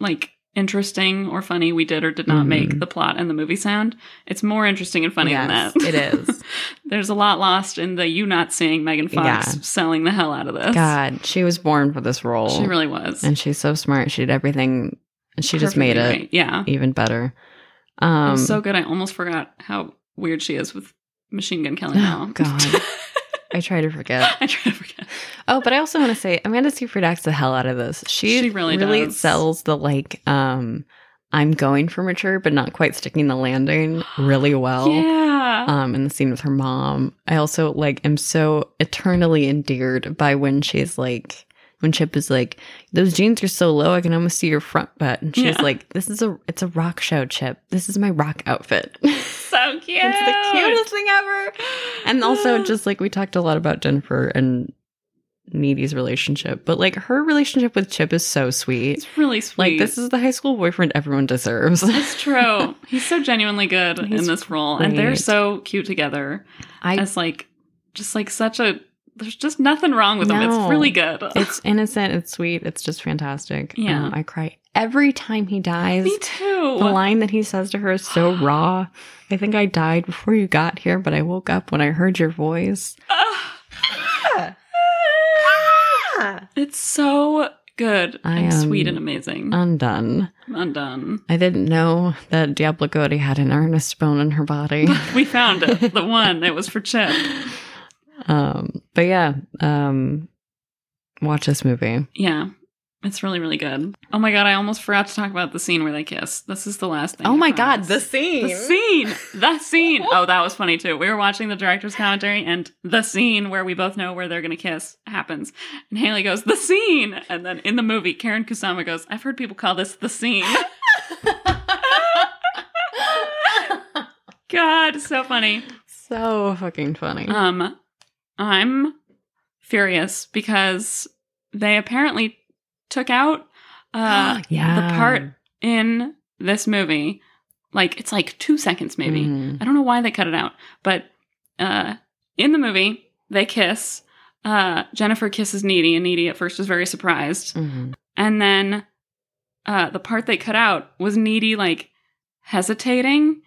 like interesting or funny we did or did not make
Mhm.
the plot and the movie sound, it's more interesting and funny than
Yes,
that.
it is.
There's a lot lost in the you not seeing Megan Fox
Yeah.
selling the hell out of this.
God, she was born for this role,
she really was.
and she's so smart. She did everything, and she just
Perfectly
made it
right. Yeah,
even better.
It
Um,
was so good. I almost forgot how weird she is with Machine Gun Kelly. now.
oh God, I try to forget.
I try to forget.
Oh, but I also want to say Amanda Seyfried acts the hell out of this. She,
She really
really,
does.
sells the like, um, I'm going for mature, but not quite sticking the landing really well.
yeah.
Um, in the scene with her mom, I also like am so eternally endeared by when she's like, when Chip is like, those jeans are so low, I can almost see your front butt, and she's
Yeah.
like, this is a, it's a rock show, Chip. This is my rock outfit.
so cute.
It's the cutest thing ever. And also, just like we talked a lot about Jennifer and Needy's relationship, but like her relationship with Chip is so sweet.
it's really sweet.
Like, this is the high school boyfriend everyone deserves.
it's true. He's so genuinely good in
He's
this role, and they're
great.
so cute together.
I,
It's like just like such a. There's just nothing wrong with them. It's
No.
really good.
it's innocent, it's sweet, it's just fantastic. Um,
Yeah.
I cry every time he dies.
me too.
The line that he says to her is so raw. I think I died before you got here, but I woke up when I heard your voice.
Ah. It's so good
Ah. I
and
am uh,
sweet and amazing.
Undone.
Undone.
I didn't know that Diablo Cody had an earnest bone in her body.
We found it. The one that was for Chip.
um, but yeah, um, watch this movie.
Yeah. It's really, really good. Oh my god, I almost forgot to talk about the scene where they kiss. This is the last
Oh
thing. I promise.
scene!
Oh The scene. The scene. Oh, that was funny too. We were watching the director's commentary and the scene where we both know where they're going to kiss happens. And Haley goes, "The scene." And then in the movie, Karen Kusama goes, "I've heard people call this the scene." God, so funny.
so fucking funny.
Um I'm furious because they apparently took out uh
yeah,
the part in this movie like it's like 2 seconds maybe.
Mm.
I don't know why they cut it out, but uh, in the movie, they kiss. Uh, Jennifer kisses Needy, and Needy at first is very surprised.
Mhm.
And then uh, the part they cut out was Needy like hesitating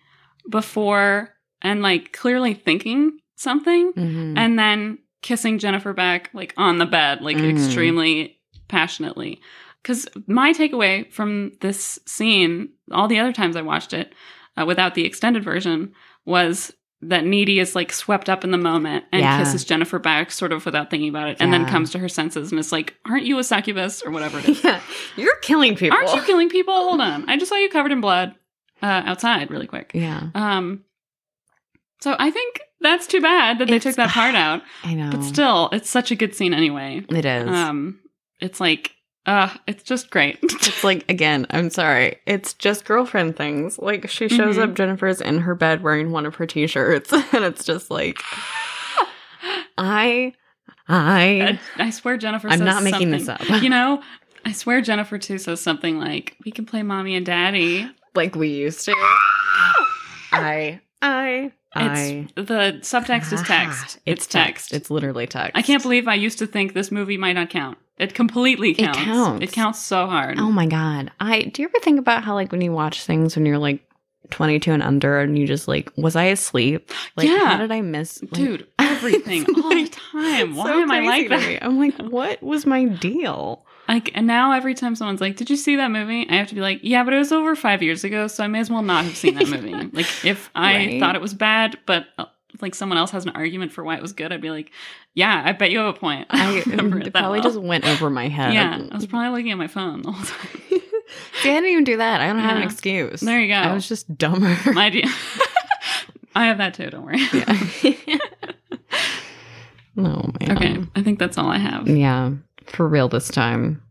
before and like clearly thinking something,
Mhm.
and then kissing Jennifer back like on the bed, like
Mhm.
extremely passionately. Because my takeaway from this scene, all the other times I watched it uh, without the extended version, was that Needy is like swept up in the moment and
Yeah.
kisses Jennifer back sort of without thinking about it, and then
Yeah.
comes to her senses and is like, Aren't you a succubus or whatever it is?
yeah, you're killing people.
Aren't you killing people? Hold on. I just saw you covered in blood uh, outside really quick.
yeah,
Um, so I think that's too bad that they
It's-
took that part out.
I know.
But still, it's such a good scene anyway.
it is.
Um, it's like Uh, it's just great.
It's like again, I'm sorry. It's just girlfriend things. Like she shows
Mhm.
up, Jennifer's in her bed wearing one of her t-shirts, and it's just like I, I,
I, I swear Jennifer
I'm
says
not making
something.
this up.
You know, I swear Jennifer too says something like, we can play mommy and daddy.
like we used to. I, I, I. Ah,
It's the subtext is text. It's, text.
It's literally text.
I can't believe I used to think this movie might not count. It completely
It
counts.
counts.
It counts so hard.
Oh my god. I do you ever think about how like when you watch things when you're like 22 and under and you just like was I asleep? Like
Yeah.
how did I miss like,
Dude, everything
It's
all the
like
time.
it's
Why
so
am I like
crazy to
that?
me. I'm like what was my deal?
Like, and now every time someone's like, "Did you see that movie?" I have to be like, "Yeah, but it was over five years ago, so I may as well not have seen that movie." like, if I
Right.
thought it was bad, but uh, like someone else has an argument for why it was good, I'd be like, "Yeah, I bet you have a point."
I
don't remember it
it
that
probably
well.
just went over my head.
yeah. I was probably looking at my phone the whole time.
See, I didn't even do that. I don't have an
Yeah.
excuse.
There you go.
I was just dumber.
My idea. I have that too. Don't worry.
yeah. oh man.
Okay, I think that's all I have.
Yeah. For real this time.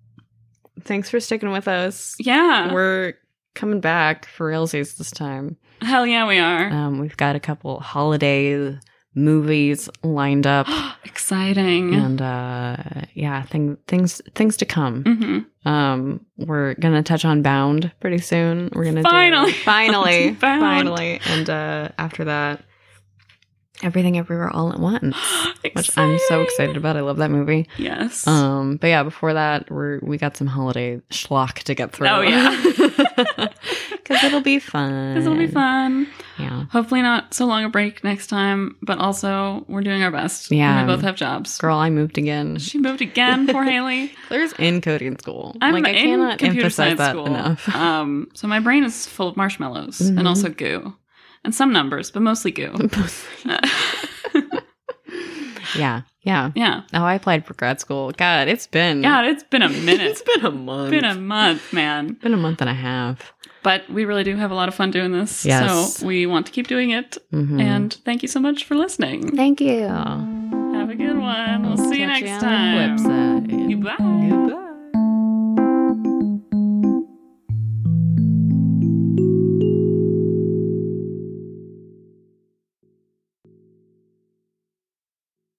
Thanks for sticking with us.
Yeah,
We're coming back for realsies this time.
hell yeah, we are.
Um, we've got a couple holiday movies lined up,
Exciting.
Uh, and uh, yeah, thing, things things to come.
hmm
Um, we're gonna touch on Bound pretty soon. We're gonna do-
Finally.
finally,
Bound.
finally, and uh, after that, everything everywhere all at once, which I'm so excited about. I love that movie.
Yes.
Um, but yeah, before that, we're we got some holiday schlock to get through.
Oh, yeah.
because it'll be fun.
This will be fun.
Yeah,
Hopefully not so long a break next time, but also we're doing our best.
Yeah.
We both have jobs.
girl, I moved again.
She moved again, poor Haley.
Claire's in coding school.
I'm
like I
in
cannot
computer
emphasize
science
that
school.
enough.
um, so my brain is full of marshmallows
Mhm.
and also goo. And some numbers, but mostly goo. Uh,
yeah, yeah.
yeah.
Oh, I applied for grad school. God, it's been
God, it's been a
it's
minute.
been a month.
It's been a month, man.
Been a month and a half.
But we really do have a lot of fun doing this.
Yes.
So we want to keep doing it.
Mhm.
And thank you so much for listening.
thank you.
Have a good one. We'll see you
Catch
next
on the
time.
flip side.
Goodbye.
Goodbye.